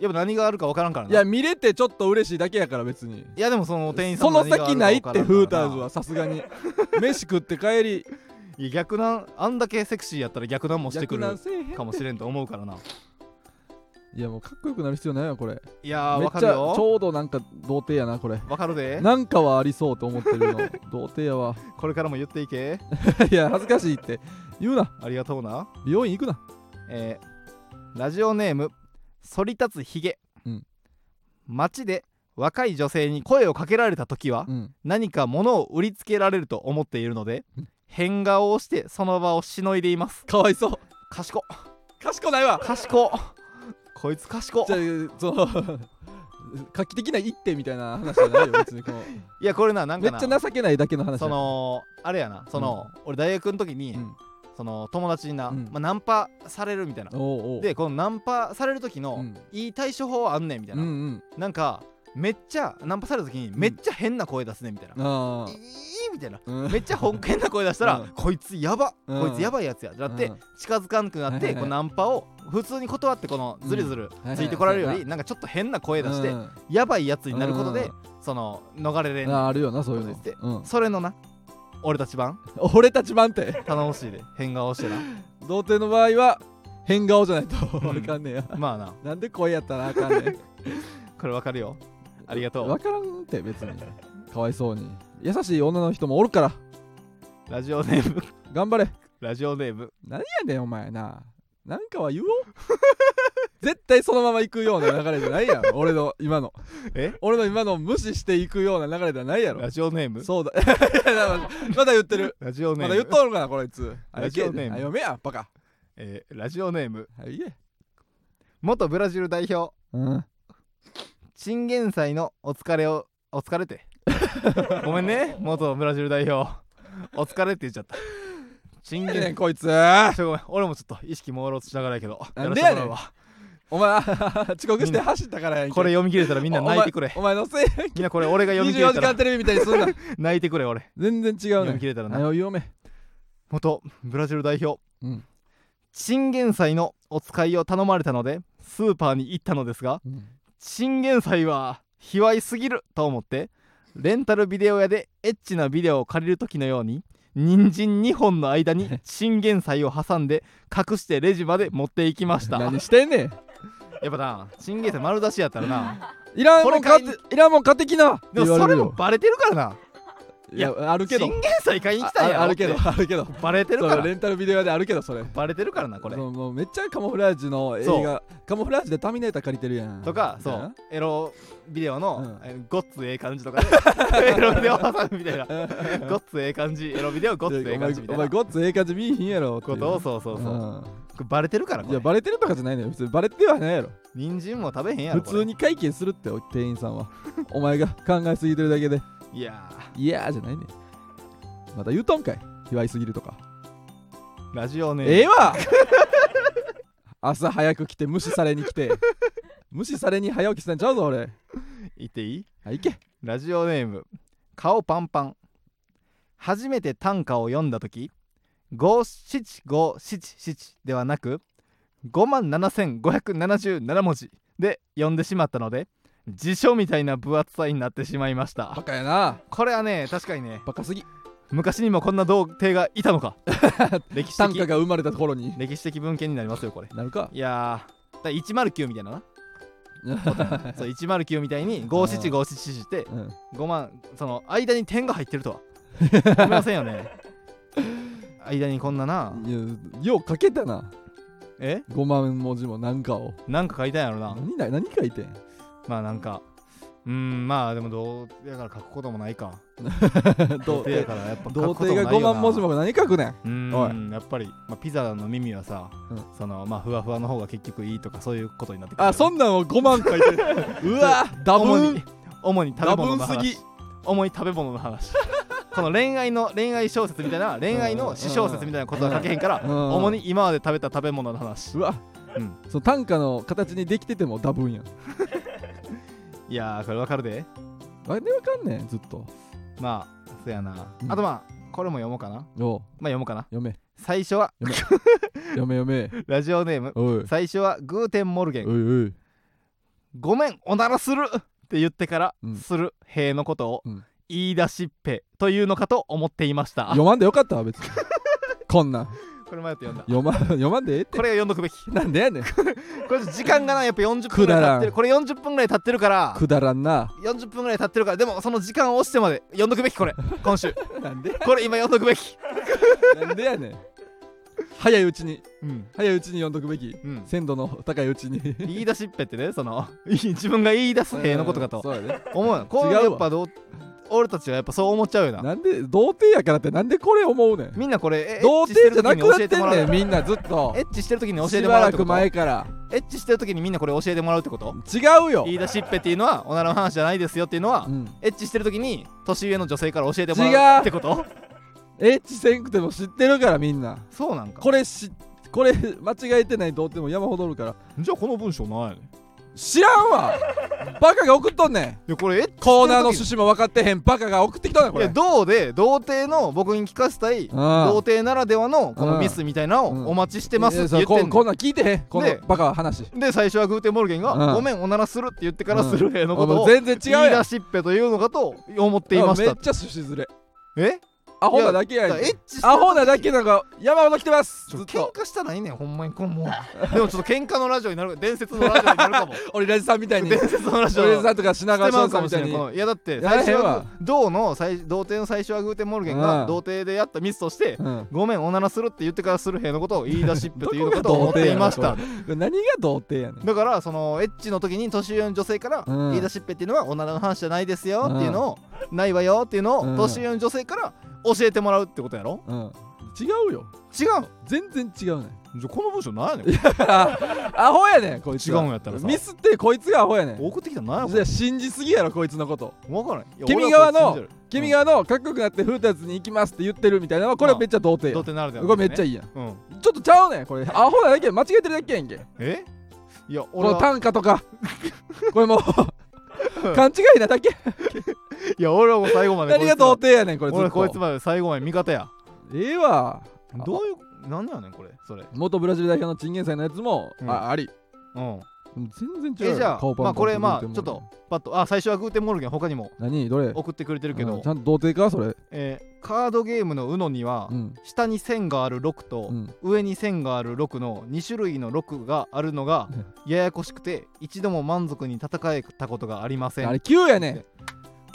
Speaker 2: そ
Speaker 1: やっぱ何があるか分からんから
Speaker 2: う
Speaker 1: ない
Speaker 2: や見れてちょっと嬉しいだけやから別に
Speaker 1: いやでもその店員さ
Speaker 2: そ
Speaker 1: ん
Speaker 2: の
Speaker 1: 何があ
Speaker 2: 先
Speaker 1: る
Speaker 2: な
Speaker 1: か
Speaker 2: い
Speaker 1: 分からんか
Speaker 2: って
Speaker 1: ら
Speaker 2: フーターズはさす がに飯食って帰り
Speaker 1: いや逆なんあんだけセクシーやったら逆なんもしてく
Speaker 2: 逆なん
Speaker 1: る
Speaker 2: せえへん
Speaker 1: かもしれんと思う からない
Speaker 2: やもうかっこよくなる必要ないわこれ
Speaker 1: いやー
Speaker 2: めっ
Speaker 1: わか
Speaker 2: ち
Speaker 1: る
Speaker 2: ゃち
Speaker 1: よ
Speaker 2: ょうどなんか童貞やなこれ
Speaker 1: わかるで
Speaker 2: なんかはありそうと思ってるの 童貞やわ
Speaker 1: これからも言っていけ
Speaker 2: いや恥ずかしいって言うな
Speaker 1: ありがとうな
Speaker 2: 美容院行くな
Speaker 1: えーラジオネーム反り立つひげ、
Speaker 2: うん
Speaker 1: 街で若い女性に声をかけられた時は
Speaker 2: うん
Speaker 1: 何か物を売りつけられると思っているので変顔をしてその場をしのいでいます
Speaker 2: かわいそう
Speaker 1: 賢
Speaker 2: 賢ないわ
Speaker 1: 賢こいつ賢
Speaker 2: じゃあその画期的な一手みたいな話じゃないよ別にこの
Speaker 1: いやこれななん
Speaker 2: め
Speaker 1: か
Speaker 2: っ
Speaker 1: な
Speaker 2: ちゃ情けないだけの話
Speaker 1: そのあれやなその、俺大学の時に、
Speaker 2: うん
Speaker 1: その友達にな、
Speaker 2: うん
Speaker 1: まあ、ナンパされるみたいな
Speaker 2: おうおう
Speaker 1: でこのナンパされる時の、
Speaker 2: うん
Speaker 1: いい対処法あんねんみたい
Speaker 2: うん
Speaker 1: な、
Speaker 2: うん
Speaker 1: なんかめっちゃナンパされた時にめっちゃ変な声出すねみたいな、
Speaker 2: ああ
Speaker 1: いいみたいな
Speaker 2: うん
Speaker 1: めっちゃ本気な声出したら、
Speaker 2: うん
Speaker 1: こいつやば、
Speaker 2: うん
Speaker 1: こいつやばいやつやってなって、
Speaker 2: うん
Speaker 1: 近づかんくなって、
Speaker 2: はいはいはい
Speaker 1: こうナンパを普通に断ってこのズルズル
Speaker 2: うん
Speaker 1: ついてこられるより、
Speaker 2: はいはい
Speaker 1: なんかちょっと変な声出して、
Speaker 2: うん
Speaker 1: やばいやつになることで、その逃れれん
Speaker 2: ああるよなそういうの
Speaker 1: そうです、
Speaker 2: うん、
Speaker 1: それのな俺たち版
Speaker 2: 俺たち番って
Speaker 1: 頼もしいで変顔 してな
Speaker 2: 童貞の場合は変顔じゃないと
Speaker 1: ん
Speaker 2: 分かんねえや、
Speaker 1: まあな
Speaker 2: なんで声やったらあか んねん
Speaker 1: これわかるよありがと
Speaker 2: 分からんって別にかわいそうに優しい女の人もおるから
Speaker 1: うラジオネーム
Speaker 2: 頑張れ
Speaker 1: ラジオネーム
Speaker 2: 何やねんお前ななんかは言おう 絶対そのまま行くような流れじゃないやろ俺の今の
Speaker 1: え
Speaker 2: 俺の今の無視していくような流れではないやろ
Speaker 1: ラジオネーム
Speaker 2: そうだ いやまだまだ言ってる
Speaker 1: ラジオネーム
Speaker 2: まだ言っとるかなこいつあ
Speaker 1: ラジオネーム
Speaker 2: あ読めやバカ
Speaker 1: えーラジオネーム
Speaker 2: はいえ
Speaker 1: 元ブラジル代表
Speaker 2: うん
Speaker 1: チンゲン祭のお疲れをお疲れ てごめんね元ブラジル代表お疲れって言っちゃったチンゲ
Speaker 2: 何やねん
Speaker 1: ン
Speaker 2: こいつ
Speaker 1: ちょごめん俺もちょっと意識朦朧としながらやけど
Speaker 2: なんでやねん
Speaker 1: らせてもらうわ
Speaker 2: お前 遅刻して走ったからやんけ
Speaker 1: これ読み切れたらみんな泣いてくれ
Speaker 2: お前のせい
Speaker 1: みんなこれ俺が読み切
Speaker 2: 24
Speaker 1: れ
Speaker 2: 時
Speaker 1: た
Speaker 2: 間
Speaker 1: ら
Speaker 2: テレビみたいに すんな
Speaker 1: 泣いてくれ俺
Speaker 2: 全然違う
Speaker 1: 読み
Speaker 2: ね
Speaker 1: 切れたらな
Speaker 2: あ読め
Speaker 1: 元ブラジル代表
Speaker 2: うん
Speaker 1: チンゲン祭のお使いを頼まれたのでスーパーに行ったのですがチンゲン祭は卑猥すぎると思ってレンタルビデオ屋でエッチなビデオを借りる時のように人参2本の間 にチンゲン菜を挟んで隠してレジまで持っていきましたや
Speaker 2: 何してんねん
Speaker 1: っぱなチンゲン菜丸出しやったらない
Speaker 2: らん
Speaker 1: こ
Speaker 2: も
Speaker 1: れ
Speaker 2: ん買っ
Speaker 1: 買い
Speaker 2: ていらんもん買ってきな
Speaker 1: でも
Speaker 2: 言わ
Speaker 1: それ
Speaker 2: る
Speaker 1: も
Speaker 2: よ
Speaker 1: バレてるからない
Speaker 2: やある
Speaker 1: チ
Speaker 2: け
Speaker 1: ンゲ
Speaker 2: ど
Speaker 1: ン菜買いに来たんやろ
Speaker 2: ああるけど
Speaker 1: って
Speaker 2: あるけど
Speaker 1: バレてるか
Speaker 2: そう
Speaker 1: ら
Speaker 2: レンタルビデオ屋であるけどそれ
Speaker 1: バレてるからなこれ
Speaker 2: そうもうめっちゃカモフラージュの映画カモフラージュでターミネーター借りてるやん
Speaker 1: とかそ
Speaker 2: みたいう
Speaker 1: エロビデオの
Speaker 2: うん
Speaker 1: えごっつええ感じとか でエロビデオ挟むみたいなごっつええ感じエロビデオごっつえ
Speaker 2: な
Speaker 1: え
Speaker 2: お
Speaker 1: 感
Speaker 2: 前
Speaker 1: じみた
Speaker 2: お
Speaker 1: いな
Speaker 2: 前ごっつええ感じ見えへんやろってい
Speaker 1: こ
Speaker 2: う
Speaker 1: とをそうそうそう、
Speaker 2: うん
Speaker 1: これバレてるからこ
Speaker 2: いや
Speaker 1: れ
Speaker 2: バレてるとかじゃないのよ別にバレてはないやろ
Speaker 1: 人参も食べへんやろ
Speaker 2: 普
Speaker 1: これ
Speaker 2: 通に会計するって店員さんはお前が考えすぎてるだけで
Speaker 1: いや
Speaker 2: いやーじゃないねまた言うとんかい卑猥すぎるとか
Speaker 1: ーラジオネーム
Speaker 2: ええわ朝早く来て無視されに来て無視されに早起きしたんちゃうぞ俺
Speaker 1: 言っていい
Speaker 2: はい行け
Speaker 1: ラジオネーム顔パンパン初めて短歌を読んだ時五七五七七ではなく5万7577文字で読んでしまったので辞書みたいな分厚さになってしまいました
Speaker 2: バカやな
Speaker 1: これはね確かにね
Speaker 2: バカすぎ
Speaker 1: 昔にもこんな童貞がいた のか歴史
Speaker 2: 短歌
Speaker 1: 的
Speaker 2: が生まれた頃に
Speaker 1: 歴史的文献になりますよこれ
Speaker 2: なるか
Speaker 1: いやーだから109みたいなな そう109みたいに57577って
Speaker 2: うん
Speaker 1: 5万その間に点が入ってるとは思いませんよ ね間にこんなない
Speaker 2: やよう書けたな
Speaker 1: え
Speaker 2: 5万文字もなんかを
Speaker 1: なんか書いたんやろな
Speaker 2: 何な何書いてん
Speaker 1: まあなんかうーんまあでもどうやから書くこともないか ど
Speaker 2: 童
Speaker 1: うや
Speaker 2: 貞
Speaker 1: からやっぱ書
Speaker 2: 童
Speaker 1: くこともないよ
Speaker 2: 貞が
Speaker 1: な
Speaker 2: 5万文字も何書くねん
Speaker 1: うーんやっぱり、まあ、ピザの耳はさ、
Speaker 2: うん
Speaker 1: そのまあふわふわの方が結局いいとかそういうことになってくる
Speaker 2: あそんなんを5万書いてる うわダブ
Speaker 1: 主
Speaker 2: ン
Speaker 1: に主に食べ物の
Speaker 2: 多分す
Speaker 1: 話
Speaker 2: ぎ
Speaker 1: 主に食べ物の話この恋愛の恋愛小説みたいな恋愛の私小説みたいなことは書けへんから
Speaker 2: うん
Speaker 1: 主に今まで食べた食べ物の話
Speaker 2: うわ、
Speaker 1: うん
Speaker 2: その短歌の形にできててもダブンやん
Speaker 1: いやーこれわかるで
Speaker 2: なんでわかんねんずっと
Speaker 1: まあそやな、
Speaker 2: うん
Speaker 1: あとまあこれも読もうかな
Speaker 2: おう
Speaker 1: まあ読もうかな
Speaker 2: 読め
Speaker 1: 最初は
Speaker 2: 読め読め
Speaker 1: ラジオネーム
Speaker 2: おい
Speaker 1: 最初はグーテンモルゲン
Speaker 2: おいおい
Speaker 1: ごめんおならするって言ってから、
Speaker 2: うん
Speaker 1: する兵のことを、
Speaker 2: うん
Speaker 1: 言い出しっぺというのかと思っていました
Speaker 2: 読まんでよかったわ別にこんなん
Speaker 1: これ迷って読んだ
Speaker 2: 読ま読まんでええって
Speaker 1: これを読んどくべき
Speaker 2: なんでやねん
Speaker 1: これ時間がなやっぱ40分ぐらい経って
Speaker 2: くだら
Speaker 1: る
Speaker 2: ん
Speaker 1: これ40分ぐらい経ってるから
Speaker 2: くだらんな
Speaker 1: 40分ぐらい経ってるからでもその時間を押してまで読んどくべきこれ今週
Speaker 2: なんで
Speaker 1: これ今読んどくべき
Speaker 2: なんでやねん早いうちに
Speaker 1: うん
Speaker 2: 早いうちに読んどくべき
Speaker 1: うん
Speaker 2: 鮮度の高いうちに
Speaker 1: 言い 出しっぺってねその自分が言い出す兵のことかと
Speaker 2: そうやね
Speaker 1: 思うのこう
Speaker 2: 違うわ
Speaker 1: やっぱどう俺たちはやっぱそう思っちゃうよな
Speaker 2: なんで童貞やからってなんでこれ思うねん
Speaker 1: みんなこれえ
Speaker 2: 童貞じゃなくなっ
Speaker 1: エッチしてる時
Speaker 2: て
Speaker 1: に教えても
Speaker 2: ん
Speaker 1: ら
Speaker 2: ね
Speaker 1: うん
Speaker 2: みんなずっと
Speaker 1: エッチしてる時に教え
Speaker 2: して
Speaker 1: もらう
Speaker 2: ば
Speaker 1: っ
Speaker 2: ら
Speaker 1: てこと
Speaker 2: く前から
Speaker 1: エッチしてる時にみんなこれ教えてもらうってこと
Speaker 2: 違うよ
Speaker 1: 言い出しっぺっていうのはおならの話じゃないですよっていうのは
Speaker 2: うん
Speaker 1: エッチしてる時に年上の女性から教えてもら
Speaker 2: 違
Speaker 1: う
Speaker 2: う
Speaker 1: ってこと
Speaker 2: エッチせんくても知ってるからみんな
Speaker 1: そうなんか
Speaker 2: これしこれ間違えてない童貞も山ほどおるから
Speaker 1: じゃあこの文章ないね
Speaker 2: 知らんわバカが送っとんねん
Speaker 1: いやこれエッチしてる時に
Speaker 2: コーナーの趣旨も分かってへんバカが送ってきたんだこ
Speaker 1: いや
Speaker 2: れ
Speaker 1: どうで童貞の僕に聞かせたい童
Speaker 2: う
Speaker 1: 貞ならではのこのミスみたいなの
Speaker 2: うん
Speaker 1: をお待ちしてますって
Speaker 2: い
Speaker 1: 言って
Speaker 2: やこ
Speaker 1: ん
Speaker 2: こん
Speaker 1: の
Speaker 2: なん聞いてへんこの
Speaker 1: で
Speaker 2: バカは話
Speaker 1: で最初はグーテンモルゲン
Speaker 2: う
Speaker 1: が「
Speaker 2: ん
Speaker 1: ごめんおならする」って言ってからするへのこ
Speaker 2: お
Speaker 1: と
Speaker 2: 前
Speaker 1: を
Speaker 2: 全然違
Speaker 1: 言
Speaker 2: う
Speaker 1: い
Speaker 2: やん
Speaker 1: 出しっぺというのかと思っていまし
Speaker 2: め
Speaker 1: た
Speaker 2: っちゃ趣旨ずれ
Speaker 1: え
Speaker 2: アホなだけや
Speaker 1: だ
Speaker 2: ん
Speaker 1: からエッチして
Speaker 2: アホなだけなんか山ほど来てます
Speaker 1: ち
Speaker 2: ず
Speaker 1: ょ
Speaker 2: っ
Speaker 1: 喧
Speaker 2: と
Speaker 1: 嘩したらいいねんほんまにこのもう でもちょっと喧嘩のラジオになる伝説のラジオになるか も
Speaker 2: 俺ラジさんみたいに
Speaker 1: 伝説のラジオ
Speaker 2: 俺ラジ
Speaker 1: 捨
Speaker 2: さんとか品
Speaker 1: てま
Speaker 2: 川翔
Speaker 1: う
Speaker 2: さ
Speaker 1: か
Speaker 2: ん
Speaker 1: も
Speaker 2: み
Speaker 1: したれ
Speaker 2: い
Speaker 1: ないこ
Speaker 2: に
Speaker 1: のいやだって
Speaker 2: やらへ
Speaker 1: 最
Speaker 2: ん
Speaker 1: 初は
Speaker 2: わ
Speaker 1: 銅の最童貞の最初はグーテンモルゲン
Speaker 2: う
Speaker 1: が
Speaker 2: ん
Speaker 1: 童貞でやったミスとして
Speaker 2: うん
Speaker 1: ごめんおならするって言ってからするへのことを言い出しっぺというのかと
Speaker 2: どこが
Speaker 1: 思っ
Speaker 2: 童
Speaker 1: て
Speaker 2: 貞や
Speaker 1: い
Speaker 2: ねん
Speaker 1: ました
Speaker 2: 何が童貞やねん
Speaker 1: だからそのエッチの時に年上の女性から
Speaker 2: うん
Speaker 1: 言い出しっぺっていうのは女の話じゃないですよっていうのをないわよっていうの
Speaker 2: う
Speaker 1: を
Speaker 2: ん
Speaker 1: 年上の女性から教えてもらうってことやろ
Speaker 2: うん違うよ
Speaker 1: 違うの
Speaker 2: 全然違うねん
Speaker 1: じゃあこの文章何やねん
Speaker 2: アホやねんこいつは
Speaker 1: 違うんやったらさ
Speaker 2: ミスってこいつがアホやねん
Speaker 1: 送ってきたの何やこ
Speaker 2: じゃ
Speaker 1: れ
Speaker 2: あ信じすぎやろこいつのこと
Speaker 1: 分からんいや
Speaker 2: 君側の
Speaker 1: 俺はこれ信じる
Speaker 2: 君があのかっこよくなってフーターズに行きますって言ってるみたいなのはこれはめっちゃ童貞
Speaker 1: 童
Speaker 2: や
Speaker 1: 貞ならでは
Speaker 2: これめっちゃ
Speaker 1: いい
Speaker 2: いいやん
Speaker 1: うん
Speaker 2: ちょっとちゃうねんこれアホなだけ間違えてるだけやんけ
Speaker 1: えいや
Speaker 2: こ
Speaker 1: 俺
Speaker 2: の
Speaker 1: は
Speaker 2: 短歌 とかこれもう勘違いなだけ
Speaker 1: いや俺はもう最後まで
Speaker 2: 何が
Speaker 1: こ
Speaker 2: 童
Speaker 1: いつ
Speaker 2: 貞やねんこれ
Speaker 1: の
Speaker 2: ずっ
Speaker 1: 俺こいつ
Speaker 2: と
Speaker 1: まで最後まで味方や
Speaker 2: ええわ
Speaker 1: どういう何やねんこれそれ
Speaker 2: 元ブラジル代表のチンゲンサイのやつも
Speaker 1: うん
Speaker 2: ああり
Speaker 1: うん
Speaker 2: 全然
Speaker 1: え
Speaker 2: 違うよ
Speaker 1: じゃあ
Speaker 2: 顔パン
Speaker 1: まあこれ
Speaker 2: パン
Speaker 1: まあ
Speaker 2: グーテンモルゲン
Speaker 1: ちょっとパッとあ最初はグーテンモルゲン他にも
Speaker 2: 何どれ
Speaker 1: 送ってくれてるけ
Speaker 2: う
Speaker 1: ど
Speaker 2: んちゃんと童貞かそれ
Speaker 1: えーカードゲームの UNO には
Speaker 2: うん
Speaker 1: 下に線がある6と
Speaker 2: うん
Speaker 1: 上に線がある6の2種類の6があるのが
Speaker 2: ね
Speaker 1: ややこしくて一度も満足に戦えたことがありませ
Speaker 2: あ
Speaker 1: ん
Speaker 2: れ9やねん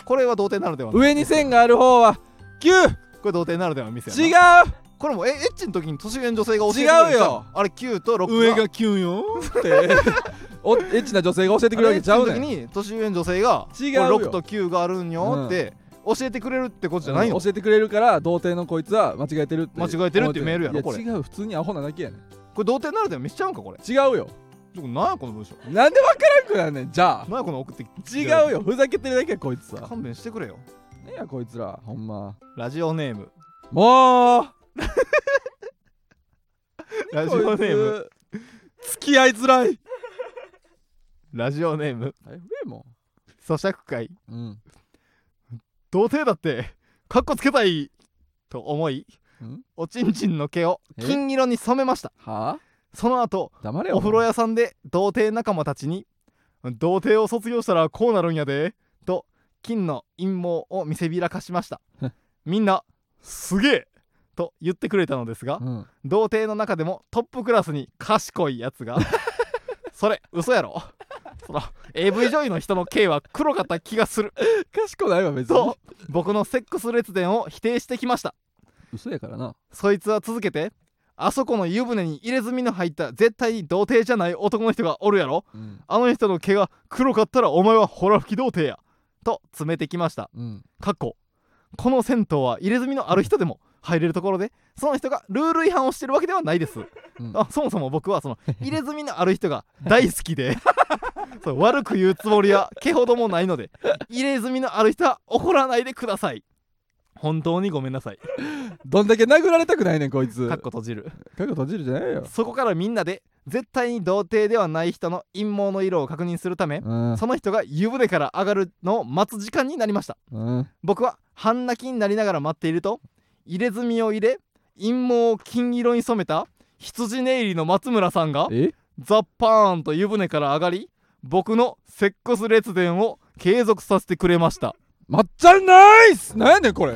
Speaker 1: これは童貞ならではの
Speaker 2: 上に線がある方は9
Speaker 1: これ童貞ならではのミスやな
Speaker 2: 違
Speaker 1: これもえエッチの時に年上の女性が教えてくれる
Speaker 2: 違うよ
Speaker 1: あれ9と6
Speaker 2: う上が9よって おエッチな女性が教えてくれるわけちゃう
Speaker 1: あれエッチ
Speaker 2: ねん
Speaker 1: の時に年上の女性が
Speaker 2: 違うよ
Speaker 1: これ6と9があるんよって教えてくれるってことじゃないよ
Speaker 2: 教えてくれるから童貞のこいつは間違えてるって
Speaker 1: 間違えてるっていうメールやろ
Speaker 2: い
Speaker 1: これ
Speaker 2: 違う普通にアホなだけやねん
Speaker 1: これ童貞ならでは見しちゃうんかこれ
Speaker 2: 違うよ
Speaker 1: ちょっと何やこの文章
Speaker 2: なんでわからんくなんねんじゃあ
Speaker 1: 何やこの送ってき
Speaker 2: 違うよふざけてるだけやこいつは
Speaker 1: 勘弁してくれよ
Speaker 2: ねやこいつらほんま
Speaker 1: ラジオネ ーム
Speaker 2: もう
Speaker 1: ラジオネーム
Speaker 2: こいつ付き合いづらい
Speaker 1: ラジオネーム
Speaker 2: あれも
Speaker 1: 咀嚼会
Speaker 2: ううん
Speaker 1: 童貞だってカッコつけたいと思い
Speaker 2: ん
Speaker 1: おちんちんの毛を
Speaker 2: え
Speaker 1: 金色に染めました
Speaker 2: はあ
Speaker 1: その後
Speaker 2: 黙れよ
Speaker 1: お風呂屋さんで童貞仲間たちに「童貞を卒業したらこうなるんやで」と金の陰謀を見せびらかしました みんな「すげえ!」と言ってくれたのですが
Speaker 2: うん
Speaker 1: 童貞の中でもトップクラスに賢いやつがそれ嘘やろその AV 女優の人の毛は黒かった気がする
Speaker 2: 賢ないわ別に
Speaker 1: と僕のセックス列伝を否定してきました
Speaker 2: 嘘やからな
Speaker 1: そいつは続けてあそこの湯船に入れ墨の入った絶対に童貞じゃない男の人がおるやろ
Speaker 2: うん
Speaker 1: あの人の毛が黒かったらお前はほら吹き童貞やと詰めてきました
Speaker 2: うん
Speaker 1: かっここの銭湯は入れ墨のある人でも入れるところでその人がルール違反をしてるわけではないです
Speaker 2: うん
Speaker 1: あそもそも僕はその入れ墨のある人が大好きで そう悪く言うつもりは毛ほどもないので入れ墨のある人は怒らないでください本当にごめんなさい
Speaker 2: どんだけ殴られたくないねんこいつ
Speaker 1: かっこ閉じる
Speaker 2: かっこ閉じるじゃないよ
Speaker 1: そこからみんなで絶対に童貞ではない人の陰謀の色を確認するため
Speaker 2: うん
Speaker 1: その人が湯船から上がるのを待つ時間になりました
Speaker 2: うん
Speaker 1: 僕は半泣きになりながら待っていると入れ墨を入れ陰謀を金色に染めた羊ネイリの松村さんが
Speaker 2: え
Speaker 1: ザッパーンと湯船から上がり僕のセックス列伝を継続させてくれました
Speaker 2: まっちゃんナイスなんやねんこれ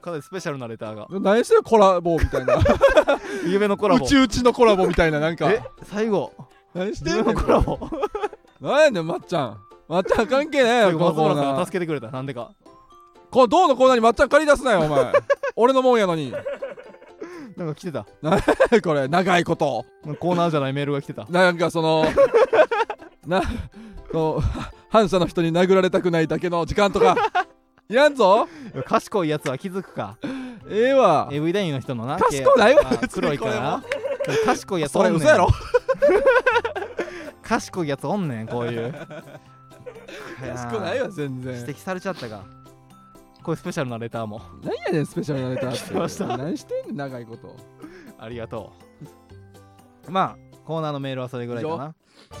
Speaker 1: かなりスペシャルなレターが
Speaker 2: 何してるコラボみたいな
Speaker 1: 夢のコ ラボ
Speaker 2: うちうちのコラボみたいななんか
Speaker 1: え最後
Speaker 2: 何して
Speaker 1: 夢
Speaker 2: んね
Speaker 1: の
Speaker 2: ん
Speaker 1: コラ ボ
Speaker 2: 何やねんまっちゃんまっちゃん関係ねえ
Speaker 1: 最
Speaker 2: よ
Speaker 1: 後
Speaker 2: こ
Speaker 1: 松村
Speaker 2: のコー
Speaker 1: さん
Speaker 2: ナ
Speaker 1: が
Speaker 2: ー
Speaker 1: 助けてくれたなんでか
Speaker 2: このどうのコーナーにまっちゃん借り出すなよお前 俺のもんやのに
Speaker 1: なんか来てた
Speaker 2: これ長いこと
Speaker 1: コーナーじゃないメールが来てた
Speaker 2: なんかそのなこう 反社の人に殴られたくないだけの時間とか いらんぞ
Speaker 1: 賢いやつは気づくか
Speaker 2: ええわ
Speaker 1: AV 男優の人のな
Speaker 2: 賢いないわ
Speaker 1: 毛あ黒いから な賢いやつ
Speaker 2: そ
Speaker 1: お
Speaker 2: れ
Speaker 1: んねん
Speaker 2: 嘘やろ
Speaker 1: 賢いやつおんねんこ ういう
Speaker 2: 賢ないわ全然
Speaker 1: 指摘されちゃったかこういうスペシャルなレターも
Speaker 2: 何やねんスペシャルなネタって
Speaker 1: 来てました
Speaker 2: 何してんねん長いこと
Speaker 1: ありがとうまあコーナーのメールはそれぐらいかな
Speaker 2: 以上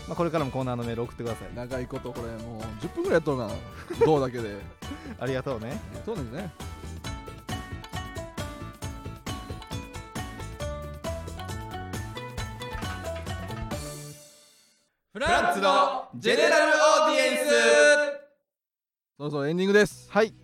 Speaker 1: まあ、これからもコーナーのメール送ってください
Speaker 2: 長いことこれもう10分ぐらいやっとるかなどうだけで
Speaker 1: ありがとうね
Speaker 2: そうですねフランツのジェネラルオーディエンスそろそろエンディングです、
Speaker 1: はい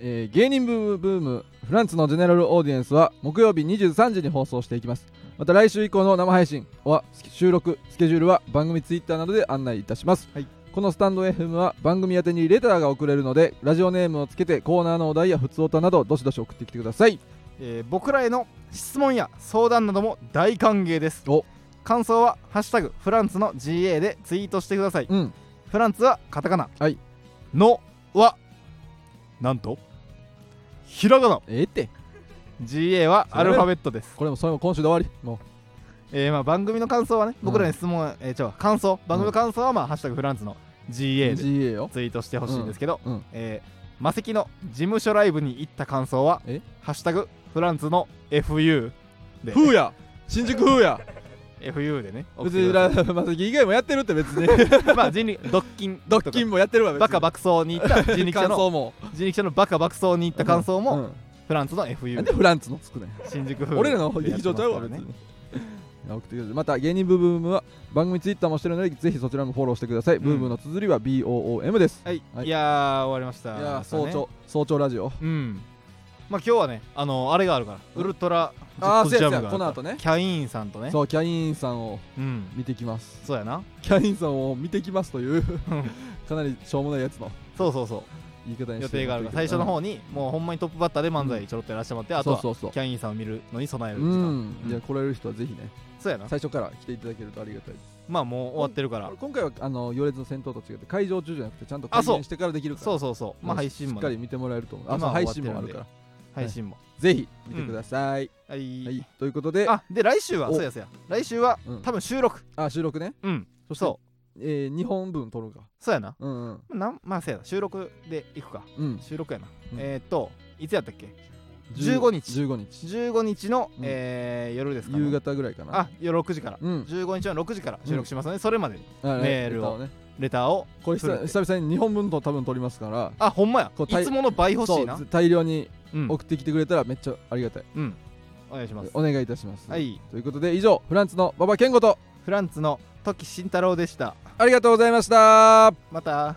Speaker 2: えー芸人ブームブームフランツのジェネラルオーディエンスは木曜日23時に放送していきますまた来週以降の生配信は収録スケジュールは番組ツイッターなどで案内いたしますこのスタンド FM は番組宛てにレターが送れるのでラジオネームをつけてコーナーのお題や普通歌などどしどし送ってきてください
Speaker 1: えー僕らへの質問や相談なども大歓迎です
Speaker 2: お
Speaker 1: 感想は「ハッシュタグフランツの GA」でツイートしてください
Speaker 2: うん
Speaker 1: フランツはカタカナ
Speaker 2: はい
Speaker 1: のはなんとひらがな
Speaker 2: ええって
Speaker 1: GA はアルファベットです、
Speaker 2: これもそれも今週で終わりも
Speaker 1: えーまあ、番組の感想はね僕らに質問、えーちょ感想番組の感想は、まあハッシュタグフランツの
Speaker 2: う
Speaker 1: GA で
Speaker 2: GA よ
Speaker 1: ツイートしてほしいんですけど、
Speaker 2: うんうん
Speaker 1: えーマセキの事務所ライブに行った感想は
Speaker 2: え
Speaker 1: 「ハッシュタグフランツの FU」で
Speaker 2: 風や新宿風 や
Speaker 1: FU でね
Speaker 2: 別にラマセキ以外もやってるって別に
Speaker 1: まあ人力ドッキン
Speaker 2: ドッキンもやってるわ別に
Speaker 1: バカ爆走に行った人力
Speaker 2: 感
Speaker 1: 車の
Speaker 2: 想も
Speaker 1: 人力車のバカ爆走に行った感想も、
Speaker 2: うん
Speaker 1: フランスの
Speaker 2: なん
Speaker 1: FU
Speaker 2: でフランツのつくねん
Speaker 1: 新宿風
Speaker 2: 俺らの劇場ちゃうわ別に送ってくださいまた芸人ブームブームは番組ツイッターもしてるのでぜひそちらもフォローしてください、
Speaker 1: ん
Speaker 2: ブームの綴りは BOOM です
Speaker 1: はい、
Speaker 2: はい
Speaker 1: い、やー終わりまし
Speaker 2: い
Speaker 1: た
Speaker 2: やー
Speaker 1: そう
Speaker 2: 早
Speaker 1: ね
Speaker 2: 朝、早朝ラジオ
Speaker 1: うんまあ今日はねあのあれがあるからウルトラ
Speaker 2: ああ
Speaker 1: ジ
Speaker 2: せ
Speaker 1: ャムが
Speaker 2: やせや
Speaker 1: ある
Speaker 2: この後ね
Speaker 1: キャインさんとね
Speaker 2: そうキャインさんを
Speaker 1: うん
Speaker 2: 見てきます
Speaker 1: そうやな
Speaker 2: キャインさんを見てきますというかなりしょうもないやつの
Speaker 1: そうそうそ
Speaker 2: 言い方
Speaker 1: う
Speaker 2: に
Speaker 1: 予
Speaker 2: して
Speaker 1: 定があるから最初の方に、もうほんまにトップバッターで漫才ちょろっとやらせてもらって、
Speaker 2: うん
Speaker 1: あとは
Speaker 2: そうそう
Speaker 1: キャインさんを見るのに備え
Speaker 2: そう
Speaker 1: る
Speaker 2: う
Speaker 1: 時間、
Speaker 2: ん
Speaker 1: うん
Speaker 2: いや来られる人はぜひね
Speaker 1: そうやな
Speaker 2: 最初から来ていただけるとありがたいです
Speaker 1: まあもう終わってるから
Speaker 2: これ今回はあの行列の戦闘と違って会場中じゃなくてちゃんと
Speaker 1: あ
Speaker 2: 開
Speaker 1: そう
Speaker 2: 演してからできるから
Speaker 1: そうそうそうまあ配信
Speaker 2: しっ
Speaker 1: も
Speaker 2: か
Speaker 1: ね、
Speaker 2: り見てもらえると思うあ
Speaker 1: 今
Speaker 2: そう
Speaker 1: は終
Speaker 2: 配
Speaker 1: わってるん
Speaker 2: 信
Speaker 1: で
Speaker 2: もあるから
Speaker 1: 配信も
Speaker 2: ぜひ見てください
Speaker 1: はい、
Speaker 2: はいということで
Speaker 1: あで来週は
Speaker 2: お
Speaker 1: そうやそうや来週は、
Speaker 2: うん
Speaker 1: 多分収録
Speaker 2: あ収録ね
Speaker 1: うん
Speaker 2: そして
Speaker 1: そう
Speaker 2: えー2本分撮るか
Speaker 1: そうやな
Speaker 2: うんうん
Speaker 1: なんまあそうやな収録で行くか
Speaker 2: うん
Speaker 1: 収録やな、
Speaker 2: うん
Speaker 1: えーっといつやったっけ15日
Speaker 2: 15日
Speaker 1: 15日の、
Speaker 2: うん
Speaker 1: えー夜ですかね
Speaker 2: 夕方ぐらいかな
Speaker 1: あ夜6時から
Speaker 2: うん
Speaker 1: 15日の6時から収録しますので、それまでに
Speaker 2: あね
Speaker 1: メールを
Speaker 2: 歌ね
Speaker 1: レターを
Speaker 2: これ久々久々に2本分と多分撮りますから
Speaker 1: あほんまや
Speaker 2: こうたい
Speaker 1: いつもの倍欲しいな
Speaker 2: そう大量に
Speaker 1: うん、
Speaker 2: 送ってきてくれたらめっちゃありがたい、
Speaker 1: うん、お願いします
Speaker 2: お願いいたします、
Speaker 1: はい
Speaker 2: ということで以上フランツの馬場健吾と
Speaker 1: フランツの時慎太郎でした
Speaker 2: ありがとうございました
Speaker 1: また